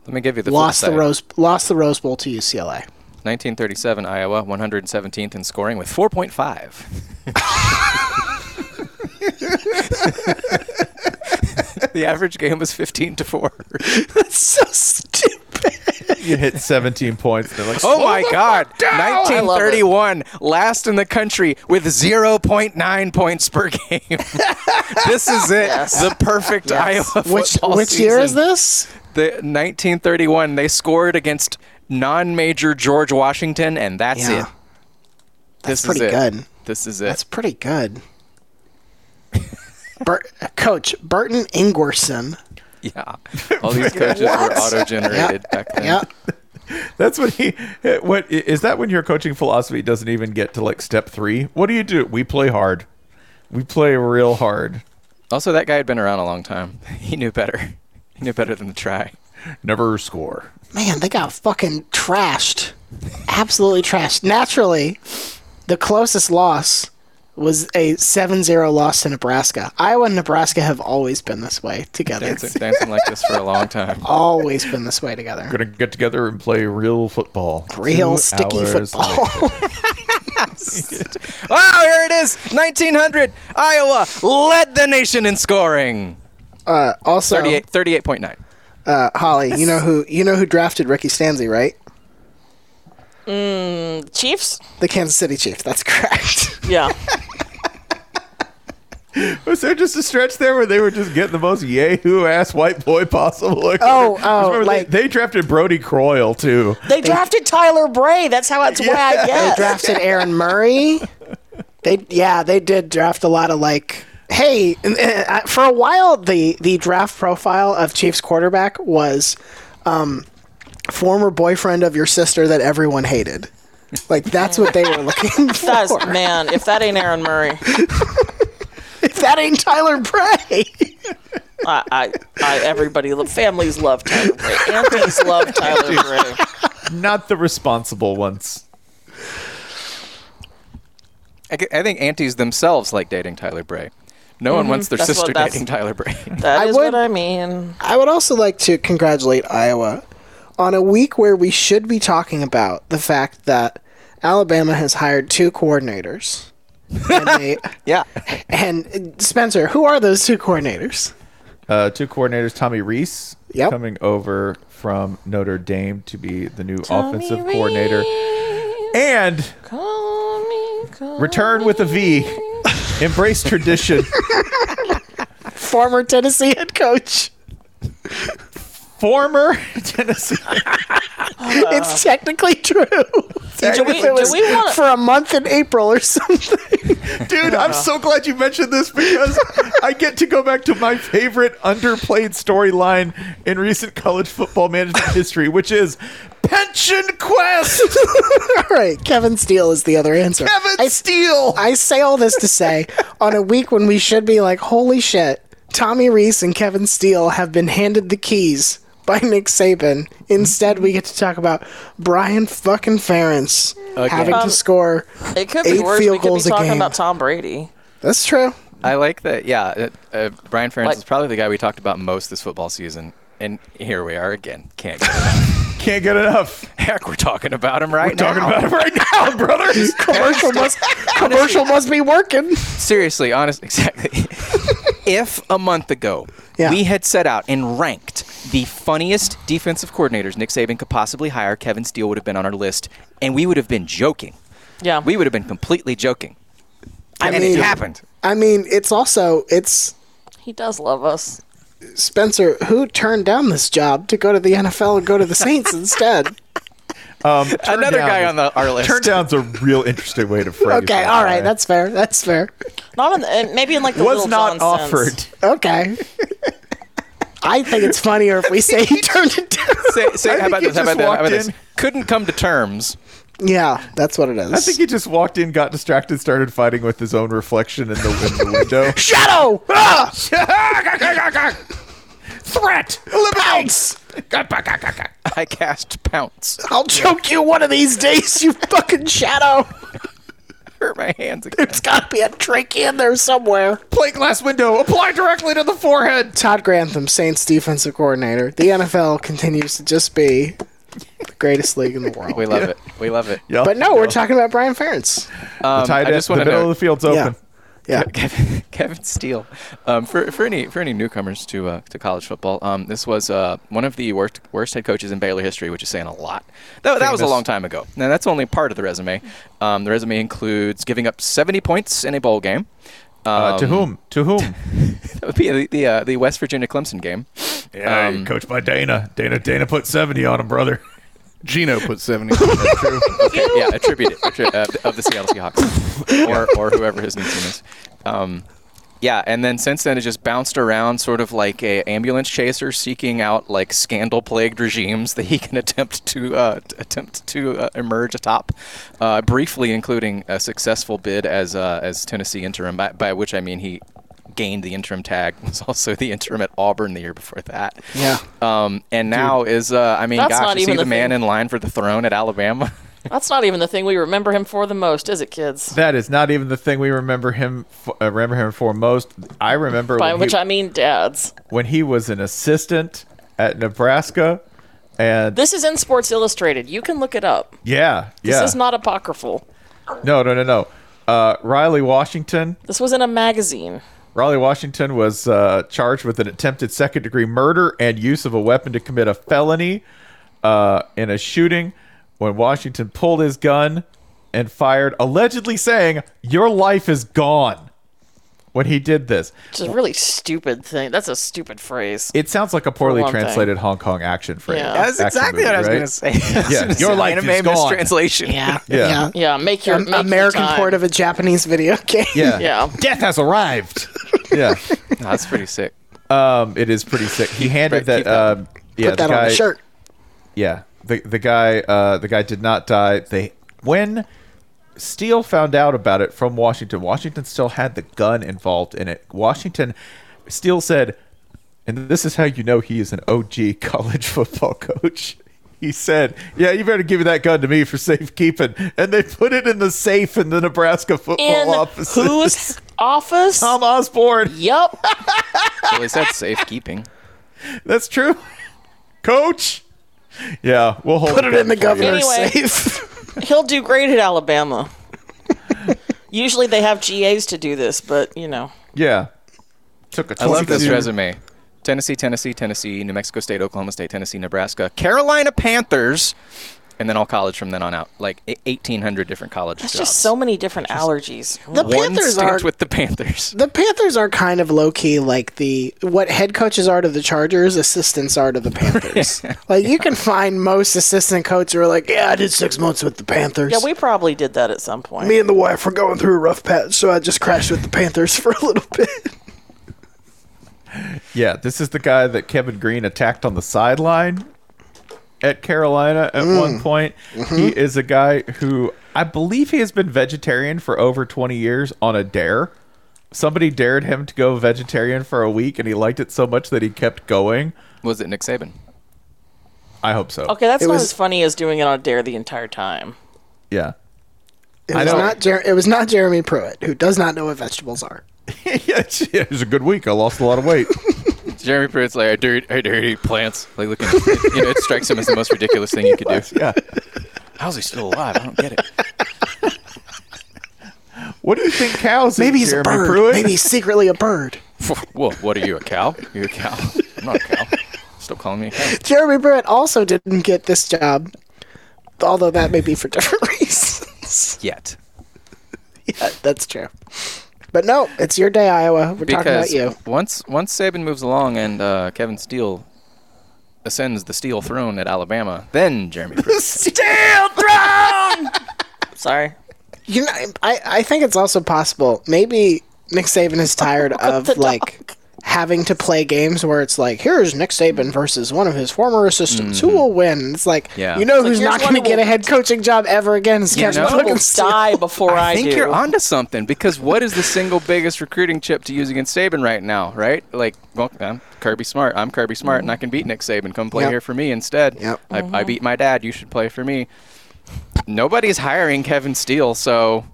Speaker 4: Let me give you the flip
Speaker 3: lost the
Speaker 4: side.
Speaker 3: Rose lost the Rose Bowl to UCLA.
Speaker 4: 1937 Iowa 117th in scoring with 4.5. the average game was 15 to 4.
Speaker 3: That's so stupid.
Speaker 2: You hit 17 points. They're like,
Speaker 4: Oh my god.
Speaker 1: I love it.
Speaker 4: 1931 last in the country with 0.9 points per game. this is it. The perfect Iowa
Speaker 3: Which
Speaker 4: football
Speaker 3: which year is
Speaker 4: season.
Speaker 3: this?
Speaker 4: The 1931 they scored against non-major George Washington and that's
Speaker 3: Yeah.
Speaker 4: it. This
Speaker 3: pretty
Speaker 4: is it.
Speaker 3: good.
Speaker 4: This is it.
Speaker 3: That's pretty good. Bur- Coach Burton Ingerson.
Speaker 4: Yeah. All these coaches were auto generated back then.
Speaker 3: Yep.
Speaker 2: That's when he. What i- is that? When your coaching philosophy doesn't even get to like step three? What do you do? We play hard. We play real hard.
Speaker 4: Also, that guy had been around a long time. He knew better. He knew better than to try.
Speaker 2: Never score.
Speaker 3: Man, they got fucking trashed. Absolutely trashed. Naturally, the closest loss was a 7-0 loss to Nebraska. Iowa and Nebraska have always been this way together.
Speaker 4: Dancing, dancing like this for a long time.
Speaker 3: always been this way together.
Speaker 2: Gonna get together and play real football.
Speaker 3: Real
Speaker 2: Two
Speaker 3: sticky
Speaker 2: hours
Speaker 3: football.
Speaker 2: later.
Speaker 4: Wow, Oh, here it is 1900. Iowa led the nation in scoring.
Speaker 3: Uh, also,
Speaker 4: 38, 38.9.
Speaker 3: uh, Holly, you know who you know who drafted Ricky Stanzi, right?
Speaker 1: Chiefs?
Speaker 3: The Kansas City Chiefs. That's correct.
Speaker 1: Yeah.
Speaker 2: Was there just a stretch there where they were just getting the most yahoo ass white boy possible? Like,
Speaker 3: Oh,
Speaker 2: just
Speaker 3: oh,
Speaker 2: remember
Speaker 3: like-
Speaker 2: they, they drafted Brody Croyle too.
Speaker 1: They drafted Tyler Bray. That's how it's way I
Speaker 3: they
Speaker 1: get.
Speaker 3: drafted Aaron Murray. They yeah, they did draft a lot of like hey, uh, for a while the the draft profile of Chiefs quarterback was um former boyfriend of your sister that everyone hated. Like that's what they were looking for.
Speaker 1: that is, man, if that ain't Aaron Murray,
Speaker 3: If that ain't Tyler Bray.
Speaker 1: I, I, I everybody, lo- families love Tyler Bray. Aunties love Tyler Bray.
Speaker 2: Not the responsible ones.
Speaker 4: I, g- I think aunties themselves like dating Tyler Bray. No
Speaker 3: Mm-hmm.
Speaker 4: one wants their
Speaker 1: That's what-
Speaker 4: sister
Speaker 1: that's-
Speaker 4: dating Tyler Bray.
Speaker 1: That is
Speaker 3: would-
Speaker 1: what I mean.
Speaker 3: I would also like to congratulate Iowa on a week where we should be talking about the fact that Alabama has hired two coordinators. and they,
Speaker 4: yeah.
Speaker 3: and uh, Spencer, who are those two coordinators?
Speaker 2: Uh, two coordinators, Tommy Reese,
Speaker 3: Yep.
Speaker 2: coming over from Notre Dame to be the new offensive coordinator, and
Speaker 1: Call me, call
Speaker 2: return with a V. Embrace tradition.
Speaker 3: Former Tennessee head coach.
Speaker 2: Former Tennessee.
Speaker 3: it's technically true.
Speaker 1: Do we,
Speaker 3: It was
Speaker 1: do we want
Speaker 3: for a month in April or something.
Speaker 2: Dude, I'm so glad you mentioned this because I get to go back to my favorite underplayed storyline in recent college football management history, which is Pension Quest!
Speaker 3: all right, Kevin Steele is the other answer.
Speaker 2: Kevin
Speaker 3: I,
Speaker 2: Steele!
Speaker 3: I say all this to say on a week when we should be like, holy shit, Tommy Reese and Kevin Steele have been handed the keys by Nick Saban. Instead, we get to talk about Brian fucking Ferentz having to score.
Speaker 1: It could be
Speaker 3: Eight
Speaker 1: worse.
Speaker 3: field
Speaker 1: We could be
Speaker 3: goals a
Speaker 1: talking
Speaker 3: game.
Speaker 1: about Tom Brady.
Speaker 3: That's true.
Speaker 4: I like that. Yeah. it- Uh, Brian Ferentz
Speaker 1: Like-
Speaker 4: is probably the guy we talked about most this football season. And here we are again. Can't get
Speaker 2: Can't get enough.
Speaker 4: Heck, we're talking about him right now.
Speaker 2: Talking about it right now, brother.
Speaker 3: Commercial must, commercial must be working.
Speaker 4: Seriously, honest, exactly. if a month ago
Speaker 3: Yeah.
Speaker 4: we had set out and ranked the funniest defensive coordinators Nick Saban could possibly hire, Kevin Steele would have been on our list, and we would have been joking.
Speaker 1: Yeah.
Speaker 4: We would have been completely joking.
Speaker 3: I
Speaker 4: and
Speaker 3: mean-
Speaker 4: it happened.
Speaker 3: I mean, it's also it's
Speaker 1: he does love us.
Speaker 3: Spencer who turned down this job to go to the NFL and go to the Saints instead.
Speaker 2: Um, turn
Speaker 4: Another
Speaker 2: down
Speaker 4: guy
Speaker 2: is-
Speaker 4: on the our list.
Speaker 2: Turn down's a real interesting way to phrase
Speaker 3: Okay,
Speaker 2: that,
Speaker 3: all right, that's fair. That's fair.
Speaker 1: Not in the, and maybe in like the
Speaker 2: was
Speaker 1: Little
Speaker 2: not
Speaker 1: John sense.
Speaker 2: offered.
Speaker 3: Okay. I think it's funnier if we say he turned it down.
Speaker 4: Say, say,
Speaker 2: I
Speaker 4: how about
Speaker 2: think
Speaker 4: this?
Speaker 2: you just
Speaker 4: How about that? How about
Speaker 2: walked
Speaker 4: this?
Speaker 2: in.
Speaker 4: Couldn't come to terms
Speaker 3: Yeah, that's what it is.
Speaker 2: I think he just walked in, got distracted, started fighting with his own reflection in the, in the window.
Speaker 3: Shadow! Ah!
Speaker 2: Threat!
Speaker 3: Bounce!
Speaker 4: I cast pounce.
Speaker 3: I'll choke you one of these days, you fucking shadow!
Speaker 4: Hurt my hands again.
Speaker 3: It's gotta be a trick in there somewhere.
Speaker 2: Plate glass window, apply directly to the forehead.
Speaker 3: Todd Grantham, Saints defensive coordinator. The NFL continues to just be the greatest league in the world.
Speaker 4: We love it. We love it.
Speaker 2: Yeah.
Speaker 3: But no, we're talking about Brian Ferentz.
Speaker 4: Um,
Speaker 2: tight
Speaker 4: I
Speaker 2: end,
Speaker 4: just
Speaker 2: the
Speaker 4: want to
Speaker 2: middle of
Speaker 4: know,
Speaker 2: the field's
Speaker 3: Yeah.
Speaker 2: open.
Speaker 3: Yeah.
Speaker 4: Kevin, Kevin Steele, um, for, for any for any newcomers to uh, to college football, um, this was uh, one of the worst worst head coaches in Baylor history, which is saying a lot. That, that was a long time ago. Now that's only part of the resume. Um, the resume includes giving up 70 points in a bowl game.
Speaker 2: Uh, to
Speaker 4: Um,
Speaker 2: whom? To whom?
Speaker 4: That would be the the, uh, the West Virginia Clemson game.
Speaker 2: yeah,
Speaker 4: Um,
Speaker 2: coached by Dana. Dana Dana put seventy on him, brother.
Speaker 5: Gino put 70.
Speaker 4: Okay, yeah, attribute it attri- uh, of the Seattle Seahawks or, or whoever his new team is. Um, yeah, and then since then it just bounced around, sort of like a ambulance chaser seeking out like scandal-plagued regimes that he can attempt to uh, t- attempt to uh, emerge atop. Uh, briefly, including a successful bid as uh, as Tennessee interim, by, by which I mean he gained the interim tag. Was also the interim at Auburn the year before that.
Speaker 3: Yeah.
Speaker 4: Um, and now is uh, I mean,
Speaker 1: That's
Speaker 4: gosh,
Speaker 1: not
Speaker 4: is he
Speaker 1: even
Speaker 4: the
Speaker 1: a
Speaker 4: man
Speaker 1: thing.
Speaker 4: in line for the throne at Alabama?
Speaker 1: That's not even the thing we remember him for the most, is it, kids?
Speaker 2: That is not even the thing we remember him for, uh, remember him for most. I remember
Speaker 1: By
Speaker 2: when,
Speaker 1: which
Speaker 2: he,
Speaker 1: I mean dads.
Speaker 2: when he was an assistant at Nebraska, and
Speaker 1: This is in Sports Illustrated. You can look it up.
Speaker 2: yeah,
Speaker 1: This
Speaker 2: yeah,
Speaker 1: is not apocryphal.
Speaker 2: no, no, no, no. Uh, Riley Washington.
Speaker 1: This was in a magazine.
Speaker 2: Riley Washington was uh, charged with an attempted second degree murder and use of a weapon to commit a felony uh, in a shooting when Washington pulled his gun and fired, allegedly saying, Your life is gone when he did this.
Speaker 1: It's a really stupid thing. That's a stupid phrase.
Speaker 2: It sounds like a poorly
Speaker 1: one thing.
Speaker 2: translated Hong Kong action phrase.
Speaker 1: Yeah. That
Speaker 4: That's
Speaker 2: action
Speaker 4: exactly
Speaker 2: movie,
Speaker 4: what I was
Speaker 2: right?
Speaker 4: going to say. I was
Speaker 2: Yeah,
Speaker 4: gonna
Speaker 2: your
Speaker 4: say
Speaker 2: life
Speaker 4: anime
Speaker 2: is gone.
Speaker 4: mistranslation.
Speaker 3: Yeah.
Speaker 2: Yeah.
Speaker 1: Yeah, make your
Speaker 3: Um,
Speaker 1: make your
Speaker 3: American
Speaker 1: time.
Speaker 3: port of a Japanese video game.
Speaker 2: Yeah.
Speaker 1: Yeah.
Speaker 2: Death has arrived. yeah.
Speaker 4: No, that's pretty sick.
Speaker 2: Um, it is pretty sick. He handed
Speaker 4: Right, keep
Speaker 2: that. Um, yeah,
Speaker 3: Put that
Speaker 2: the
Speaker 3: on
Speaker 2: guy,
Speaker 3: a shirt.
Speaker 2: Yeah, the the guy uh, the guy did not die. They when Steele found out about it from Washington. Washington still had the gun involved in it. Washington Steele said, and this is how you know he is an OG college football coach. He said, "Yeah, you better give that gun to me for safekeeping." And they put it in the safe in the Nebraska football
Speaker 1: In
Speaker 2: office.
Speaker 1: whose office?
Speaker 2: Tom Osborne.
Speaker 1: Yep.
Speaker 4: Well, he said safekeeping.
Speaker 2: That's true, coach. Yeah, we'll hold
Speaker 3: Put it
Speaker 2: gun
Speaker 3: in the
Speaker 2: for you.
Speaker 3: governor's
Speaker 1: Anyway.
Speaker 3: safe.
Speaker 1: He'll do great at Alabama. Usually they have GAs to do this, but you know.
Speaker 2: Yeah. Took a
Speaker 4: I love this
Speaker 2: 22
Speaker 4: resume. Tennessee, Tennessee, Tennessee, New Mexico State, Oklahoma State, Tennessee, Nebraska, Carolina Panthers, and then all college from then on out. Like e- 1,800 different college
Speaker 1: It's
Speaker 4: jobs.
Speaker 1: just so many different allergies.
Speaker 3: The
Speaker 4: One
Speaker 3: Panthers
Speaker 4: stint
Speaker 3: are
Speaker 4: with the Panthers.
Speaker 3: the Panthers are kind of low key like the what head coaches are to the Chargers, assistants are to the Panthers. like you can find most assistant coaches who are like, yeah, I did six months with the Panthers.
Speaker 1: Yeah, we probably did that at some point.
Speaker 3: me and the wife were going through a rough patch, so I just crashed with the Panthers for a little bit.
Speaker 2: Yeah, this is the guy that Kevin Green attacked on the sideline at Carolina at one point. He is a guy who I believe he has been vegetarian for over 20 years on a dare. Somebody dared him to go vegetarian for a week and he liked it so much that he kept going.
Speaker 4: Was it Nick Saban?
Speaker 2: I hope so.
Speaker 1: Okay, that's
Speaker 3: It
Speaker 1: not
Speaker 3: was-
Speaker 1: as funny as doing it on Dare the entire time.
Speaker 2: Yeah.
Speaker 3: It
Speaker 2: I
Speaker 3: was
Speaker 2: know.
Speaker 3: not Jer- it was not Jeremy Pruitt, who does not know what vegetables are.
Speaker 2: yeah, it was a good week. I lost a lot of weight.
Speaker 4: Jeremy Pruitt's like, I dare, I dare you to eat plants. Like, looking, you know, it strikes him as the most ridiculous thing you could do.
Speaker 2: yeah.
Speaker 4: How's he still alive? I don't get it.
Speaker 2: What do you think cows
Speaker 3: Maybe
Speaker 2: eat,
Speaker 3: he's
Speaker 2: Jeremy
Speaker 3: a bird.
Speaker 2: Pruitt?
Speaker 3: Maybe he's secretly a bird.
Speaker 4: Whoa, what are you, a cow? You're a cow. I'm not a cow. Stop calling me a cow.
Speaker 3: Jeremy Pruitt also didn't get this job, although that may be for different reasons.
Speaker 4: Yet.
Speaker 3: yeah, Uh, that's true. But no, it's your day, Iowa. We're talking about
Speaker 4: because
Speaker 3: you.
Speaker 4: once once Saban moves along and uh, Kevin Steele ascends the steel throne at Alabama, then Jeremy Pruitt.
Speaker 1: Steel throne. Sorry.
Speaker 3: You know, I I think it's also possible. Maybe Nick Saban is tired of like having to play games where it's like, here's Nick Saban versus one of his former assistants. Who will win? It's like,
Speaker 4: Yeah.
Speaker 3: you know
Speaker 1: Mm-hmm. like,
Speaker 3: who's
Speaker 1: here's
Speaker 3: not
Speaker 1: one
Speaker 3: going to
Speaker 1: who
Speaker 3: get a
Speaker 1: will-
Speaker 3: head coaching job ever again is Kevin
Speaker 4: know?
Speaker 1: I will
Speaker 3: Steele.
Speaker 1: die before I,
Speaker 4: I think
Speaker 1: do.
Speaker 4: you're onto something because what is the single biggest recruiting chip to use against Saban right now, right? Like, well, I'm Kirby Smart. I'm Kirby Smart, and I can beat Nick Saban. Come play
Speaker 3: Yep.
Speaker 4: here for me instead.
Speaker 3: Yep.
Speaker 4: I, I beat my dad. You should play for me. Nobody's hiring Kevin Steele, so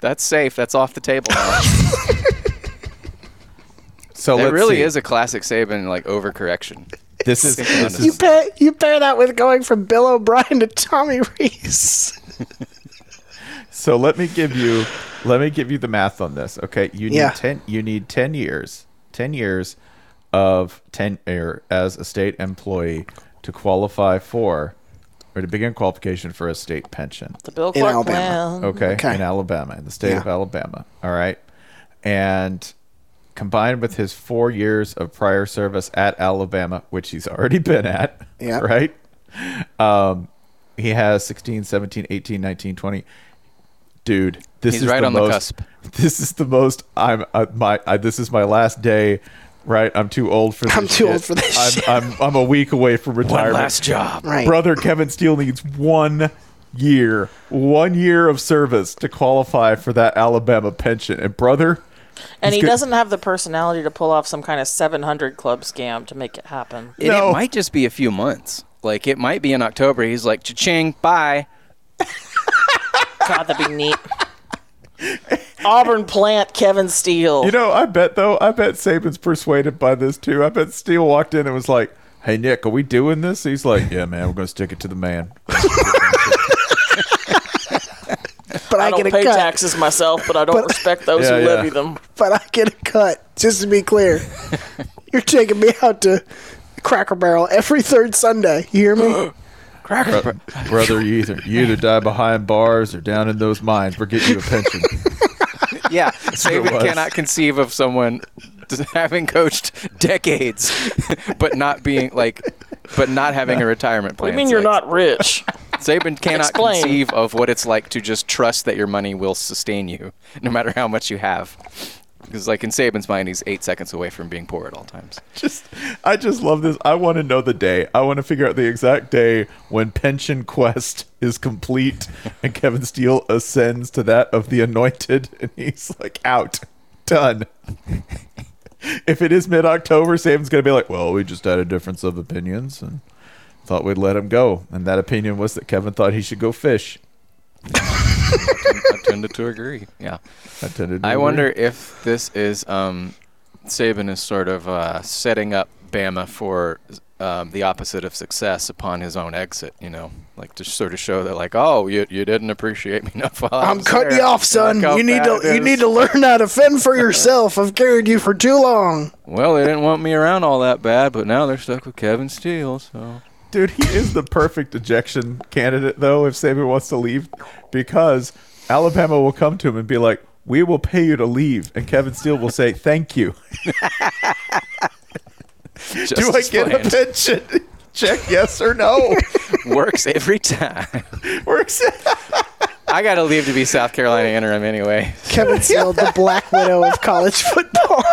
Speaker 4: that's safe. That's off the table now.
Speaker 2: So
Speaker 4: it
Speaker 2: let's
Speaker 4: really
Speaker 2: see.
Speaker 4: is a classic Saban, like, overcorrection.
Speaker 2: This is this
Speaker 3: You
Speaker 2: is
Speaker 3: pair, you pair that with going from Bill O'Brien to Tommy Reese.
Speaker 2: So let me give you let me give you the math on this. Okay, you need
Speaker 3: Yeah.
Speaker 2: ten you need ten years ten years of tenure as a state employee to qualify for or to begin qualification for a state pension.
Speaker 1: the Bill
Speaker 3: In
Speaker 1: Clark
Speaker 3: Alabama.
Speaker 1: plan.
Speaker 2: Okay,
Speaker 3: Okay.
Speaker 2: in Alabama, in the state of
Speaker 3: Yeah.
Speaker 2: Alabama. All right, and combined with his four years of prior service at Alabama, which he's already been at.
Speaker 3: Yeah.
Speaker 2: Right. Um, he has 16, 17, 18, 19, 20. Dude, this
Speaker 4: He's
Speaker 2: is
Speaker 4: right
Speaker 2: the
Speaker 4: on the
Speaker 2: most,
Speaker 4: cusp.
Speaker 2: This is the most. I'm uh, my. I, this is my last day. Right, I'm too old for this.
Speaker 3: I'm too
Speaker 2: shit.
Speaker 3: old for this
Speaker 2: I'm,
Speaker 3: shit.
Speaker 2: I'm, I'm a week away from retirement.
Speaker 4: job.
Speaker 3: Right.
Speaker 2: Brother Kevin Steele needs one year, one year of service to qualify for that Alabama pension. And brother,
Speaker 1: And he
Speaker 2: he's go-
Speaker 1: doesn't have the personality to pull off some kind of 700 club scam to make it happen.
Speaker 4: And
Speaker 2: No.
Speaker 4: it might just be a few months. Like, it might be in October. He's like, cha-ching, bye.
Speaker 1: God, that'd be neat. Auburn plant Kevin Steele.
Speaker 2: You know, I bet though, I bet Saban's persuaded by this too. I bet Steele walked in and was like, "Hey Nick, are we doing this?" He's like, "Yeah, man, we're gonna stick it to the man."
Speaker 3: But I,
Speaker 1: I
Speaker 3: get
Speaker 1: don't
Speaker 3: a
Speaker 1: pay
Speaker 3: cut.
Speaker 1: taxes myself, but I don't respect those
Speaker 2: Yeah,
Speaker 1: who
Speaker 2: yeah.
Speaker 1: levy them.
Speaker 3: But I get a cut. Just to be clear, you're taking me out to Cracker Barrel every third Sunday. You hear me?
Speaker 2: Bro- brother, you either you either die behind bars or down in those mines. We're getting you a pension.
Speaker 4: Yeah, Saban
Speaker 2: was.
Speaker 4: cannot conceive of someone just having coached decades, but not being like, but not having a retirement
Speaker 1: I
Speaker 4: plan.
Speaker 1: mean,
Speaker 4: It's
Speaker 1: you're
Speaker 4: like,
Speaker 1: not rich.
Speaker 4: Saban cannot
Speaker 1: Explain.
Speaker 4: conceive of what it's like to just trust that your money will sustain you, no matter how much you have. Because, like in Saban's mind, he's eight seconds away from being poor at all times.
Speaker 2: just, I just love this. I want to know the day. I want to figure out the exact day when pension quest is complete and Kevin Steele ascends to that of the anointed, and he's like out, done. if it is mid October, Saban's gonna be like, "Well, we just had a difference of opinions and thought we'd let him go," and that opinion was that Kevin thought he should go fish.
Speaker 4: I tended to agree. Yeah.
Speaker 2: I, tended to
Speaker 3: Mm-hmm.
Speaker 4: I
Speaker 2: agree.
Speaker 4: wonder if this is um, Saban is sort of uh, setting up Bama for um, the opposite of success upon his own exit. You know, like to sort of show that, like, oh, you, you didn't appreciate me enough. While I
Speaker 3: I'm
Speaker 4: was
Speaker 3: cutting
Speaker 4: there.
Speaker 3: you off, son.
Speaker 4: Look how
Speaker 3: You need to
Speaker 4: bad it
Speaker 3: you
Speaker 4: is."
Speaker 3: need to learn how to fend for yourself. I've carried you for too long.
Speaker 4: Well, they didn't want me around all that bad, but now they're stuck with Kevin Steele. So
Speaker 2: Dude, he is the perfect ejection candidate, though, if Saban wants to leave, because Alabama will come to him and be like, "We will pay you to leave," and Kevin Steele will say, "Thank you."
Speaker 4: just
Speaker 2: Do I
Speaker 4: as
Speaker 2: get a
Speaker 4: planned.
Speaker 2: pension? Check yes or no.
Speaker 4: Works every time.
Speaker 2: Works.
Speaker 4: I gotta leave to be South Carolina interim anyway.
Speaker 3: Kevin Steele, the Black Widow of college football.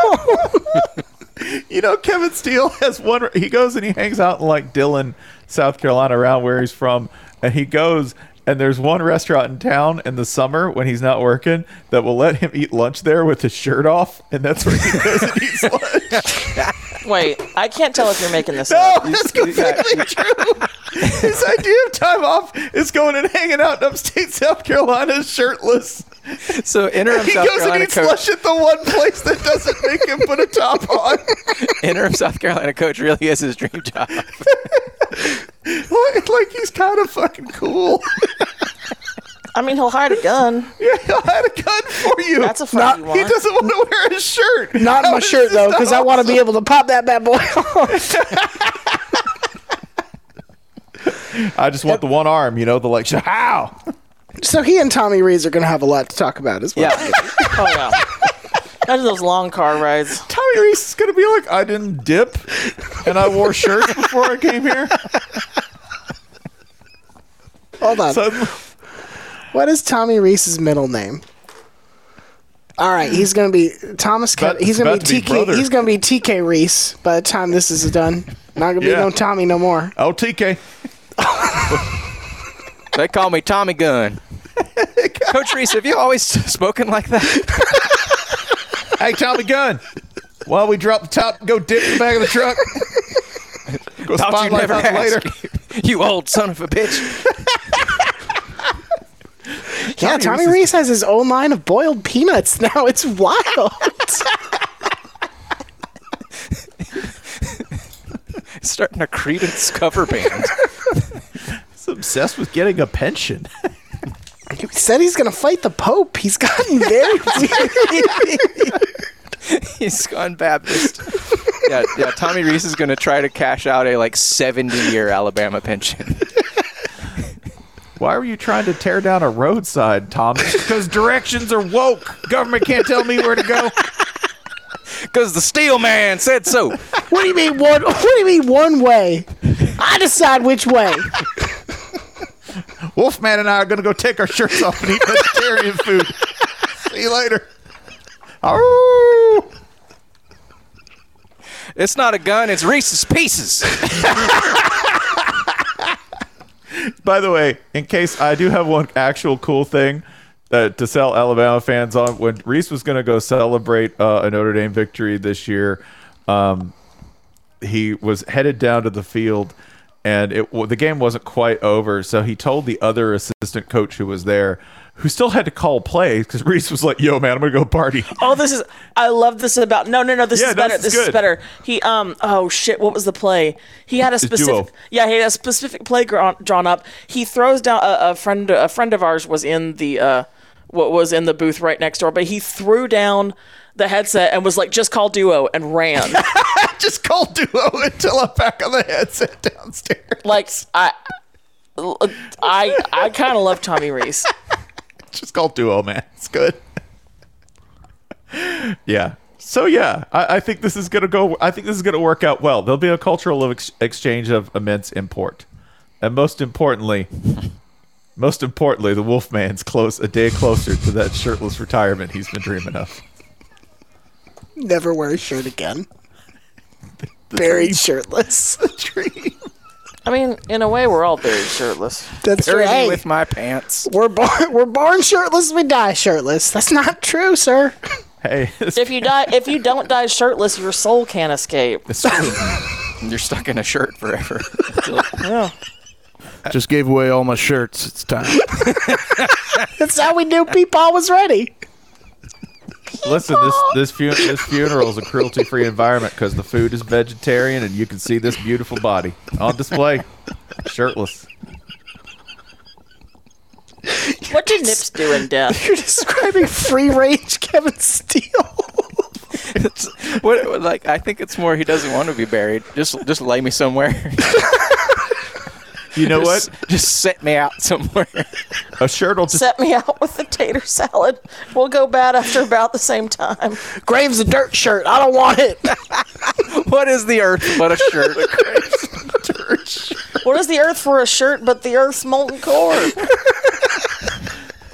Speaker 2: You know, Kevin Steele has one. He goes and he hangs out in like Dillon, South Carolina, around where he's from, and he goes. And there's one restaurant in town in the summer when he's not working that will let him eat lunch there with his shirt off, and that's where he goes and eats lunch.
Speaker 1: Wait, I can't tell if you're making this
Speaker 2: No,
Speaker 1: up.
Speaker 2: that's completely true. His idea of time off is going and hanging out in upstate South Carolina shirtless.
Speaker 4: So interim
Speaker 2: He
Speaker 4: South
Speaker 2: goes and
Speaker 4: Carolina
Speaker 2: eats
Speaker 4: coach.
Speaker 2: lunch at the one place that doesn't make him put a top on.
Speaker 4: Interim South Carolina coach really is his dream job.
Speaker 2: like, like he's kind of fucking cool.
Speaker 1: I mean, he'll hide a gun.
Speaker 2: yeah, I had a gun for you.
Speaker 1: That's a friend you
Speaker 2: He
Speaker 1: want.
Speaker 2: doesn't want to wear his shirt.
Speaker 3: Not
Speaker 2: How
Speaker 3: my
Speaker 2: is
Speaker 3: shirt
Speaker 2: this
Speaker 3: though,
Speaker 2: not
Speaker 3: because I want to
Speaker 2: awesome?
Speaker 3: be able to pop that bad boy off.
Speaker 2: I just want the one arm, you know, the like. How?
Speaker 3: So he and Tommy Reese are going to have a lot to talk about as well.
Speaker 4: Yeah.
Speaker 1: Oh, yeah. Imagine those long car rides.
Speaker 2: Tommy Reese is gonna be like, I didn't dip, and I wore shirts before I came here.
Speaker 3: Hold on.
Speaker 2: Suddenly,
Speaker 3: what is Tommy Reese's middle name? All right, he's gonna be Thomas. Cut,
Speaker 2: about-
Speaker 3: he's
Speaker 2: it's
Speaker 3: gonna be
Speaker 2: about to be
Speaker 3: TK.
Speaker 2: brother.
Speaker 3: he's gonna be TK Reese by the time this is done. Not gonna
Speaker 2: Yeah.
Speaker 3: be no Tommy no more.
Speaker 2: Oh, TK.
Speaker 4: They call me Tommy Gun. Coach Reese, have you always spoken like that?
Speaker 2: Hey, Tommy Gun. While we drop the top, go dip in the back of the truck. go
Speaker 4: Thought you
Speaker 2: spotlight
Speaker 4: never
Speaker 2: us later.
Speaker 4: asked. you old son of a bitch.
Speaker 3: yeah, Tommy Reese has his own line of boiled peanuts now. It's wild.
Speaker 4: Starting a Credence cover band.
Speaker 2: He's obsessed with getting a pension.
Speaker 3: he said he's gonna fight the Pope. He's gotten very weird.
Speaker 4: He's gone Baptist. Yeah, yeah. Tommy Reese is going to try to cash out a like 70 year Alabama pension.
Speaker 2: Why were you trying to tear down a roadside, Tom? Because directions are woke. Government can't tell me where to go.
Speaker 4: Because the steel man said so.
Speaker 3: what do you mean one? What do you mean one way? I decide which way.
Speaker 2: Wolfman and I are going to go take our shirts off and eat vegetarian food. See you later. Arroo.
Speaker 4: It's not a gun, it's Reese's Pieces.
Speaker 2: By the way, in case I do have one actual cool thing uh, to sell Alabama fans on, when Reese was going to go celebrate uh, a Notre Dame victory this year, um, he was headed down to the field, and it w- the game wasn't quite over. So he told the other assistant coach who was there, who still had to call plays because Reese was like, "Yo, man, I'm going to go party."
Speaker 1: Oh, this is. I love this about. No, no, no. This
Speaker 2: Yeah,
Speaker 1: is better.
Speaker 2: this
Speaker 1: This
Speaker 2: is
Speaker 1: is
Speaker 2: good.
Speaker 1: better. He um. Oh shit! What was the play? He had a
Speaker 2: duo.
Speaker 1: specific. Yeah, he had a specific play gra- drawn up. He throws down a, a friend. A friend of ours was in the uh, what was in the booth right next door, but he threw down the headset and was like, "Just call duo," and ran.
Speaker 2: Just call duo until I'm back on the headset downstairs.
Speaker 1: like I. I I kind of love Tommy Reese.
Speaker 2: just call duo man it's good yeah so yeah I, I think this is gonna go i think this is gonna work out well there'll be a cultural ex- exchange of immense import and most importantly most importantly the wolfman's close a day closer to that shirtless retirement he's been dreaming of
Speaker 3: Never wear a shirt again. Buried shirtless.
Speaker 1: I mean, in a way, we're all very shirtless.
Speaker 3: That's
Speaker 4: Bury me
Speaker 3: right.
Speaker 4: with my pants.
Speaker 3: We're born we're born shirtless, we die shirtless. That's not true, sir.
Speaker 2: hey it's,
Speaker 1: If you die, if you don't die shirtless, your soul can't escape.
Speaker 2: it's true.
Speaker 4: You're stuck in a shirt forever.
Speaker 1: Yeah.
Speaker 5: Just gave away all my shirts. It's time.
Speaker 3: That's how we knew Peepaw was ready.
Speaker 2: listen this this, fu- this funeral is a cruelty free environment because the food is vegetarian and you can see this beautiful body on display shirtless
Speaker 1: What do nips do in death?
Speaker 3: You're describing free range Kevin Steele.
Speaker 4: It's- what, like I think it's more he doesn't want to be buried. Just just lay me somewhere.
Speaker 2: you know what
Speaker 4: Just- Just set me out somewhere.
Speaker 2: A shirt will just
Speaker 1: Set me out with the tater salad. We'll go bad after about the same time.
Speaker 3: Graves a dirt shirt. I don't want it.
Speaker 4: what is the earth but a shirt?
Speaker 1: What is the earth for a shirt but the earth's molten core?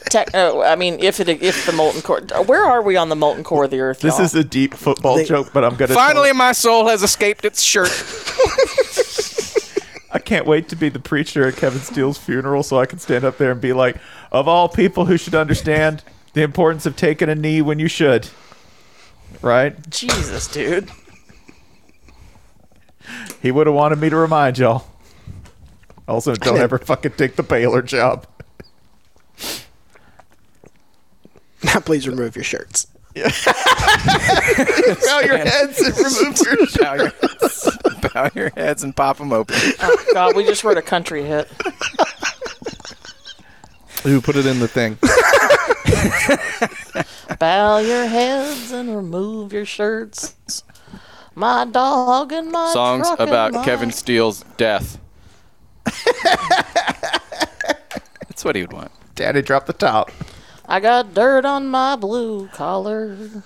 Speaker 1: Tech, no, I mean, if it if the molten core, where are we on the molten core of the earth?
Speaker 2: this
Speaker 1: y'all?
Speaker 2: is a deep football joke, but I'm gonna
Speaker 4: Finally, my soul has escaped its shirt.
Speaker 2: I can't wait to be the preacher at Kevin Steele's funeral, so I can stand up there and be like, "Of all people who should understand the importance of taking a knee when you should." Right?
Speaker 1: Jesus, dude.
Speaker 2: He would have wanted me to remind y'all. Also, don't ever fucking take the paler job.
Speaker 3: Now please remove your shirts.
Speaker 2: Bow your heads and remove your shirt.
Speaker 4: Bow your, bow your heads and pop them open.
Speaker 1: Oh, God, we just wrote a country hit.
Speaker 5: Who put it in the thing?
Speaker 1: Bow your heads and remove your shirts. My dog and my
Speaker 4: Songs
Speaker 1: truck and
Speaker 4: about
Speaker 1: my-
Speaker 4: Kevin Steele's death. That's what he would want.
Speaker 2: Daddy, drop the top.
Speaker 1: I got dirt on my blue collar.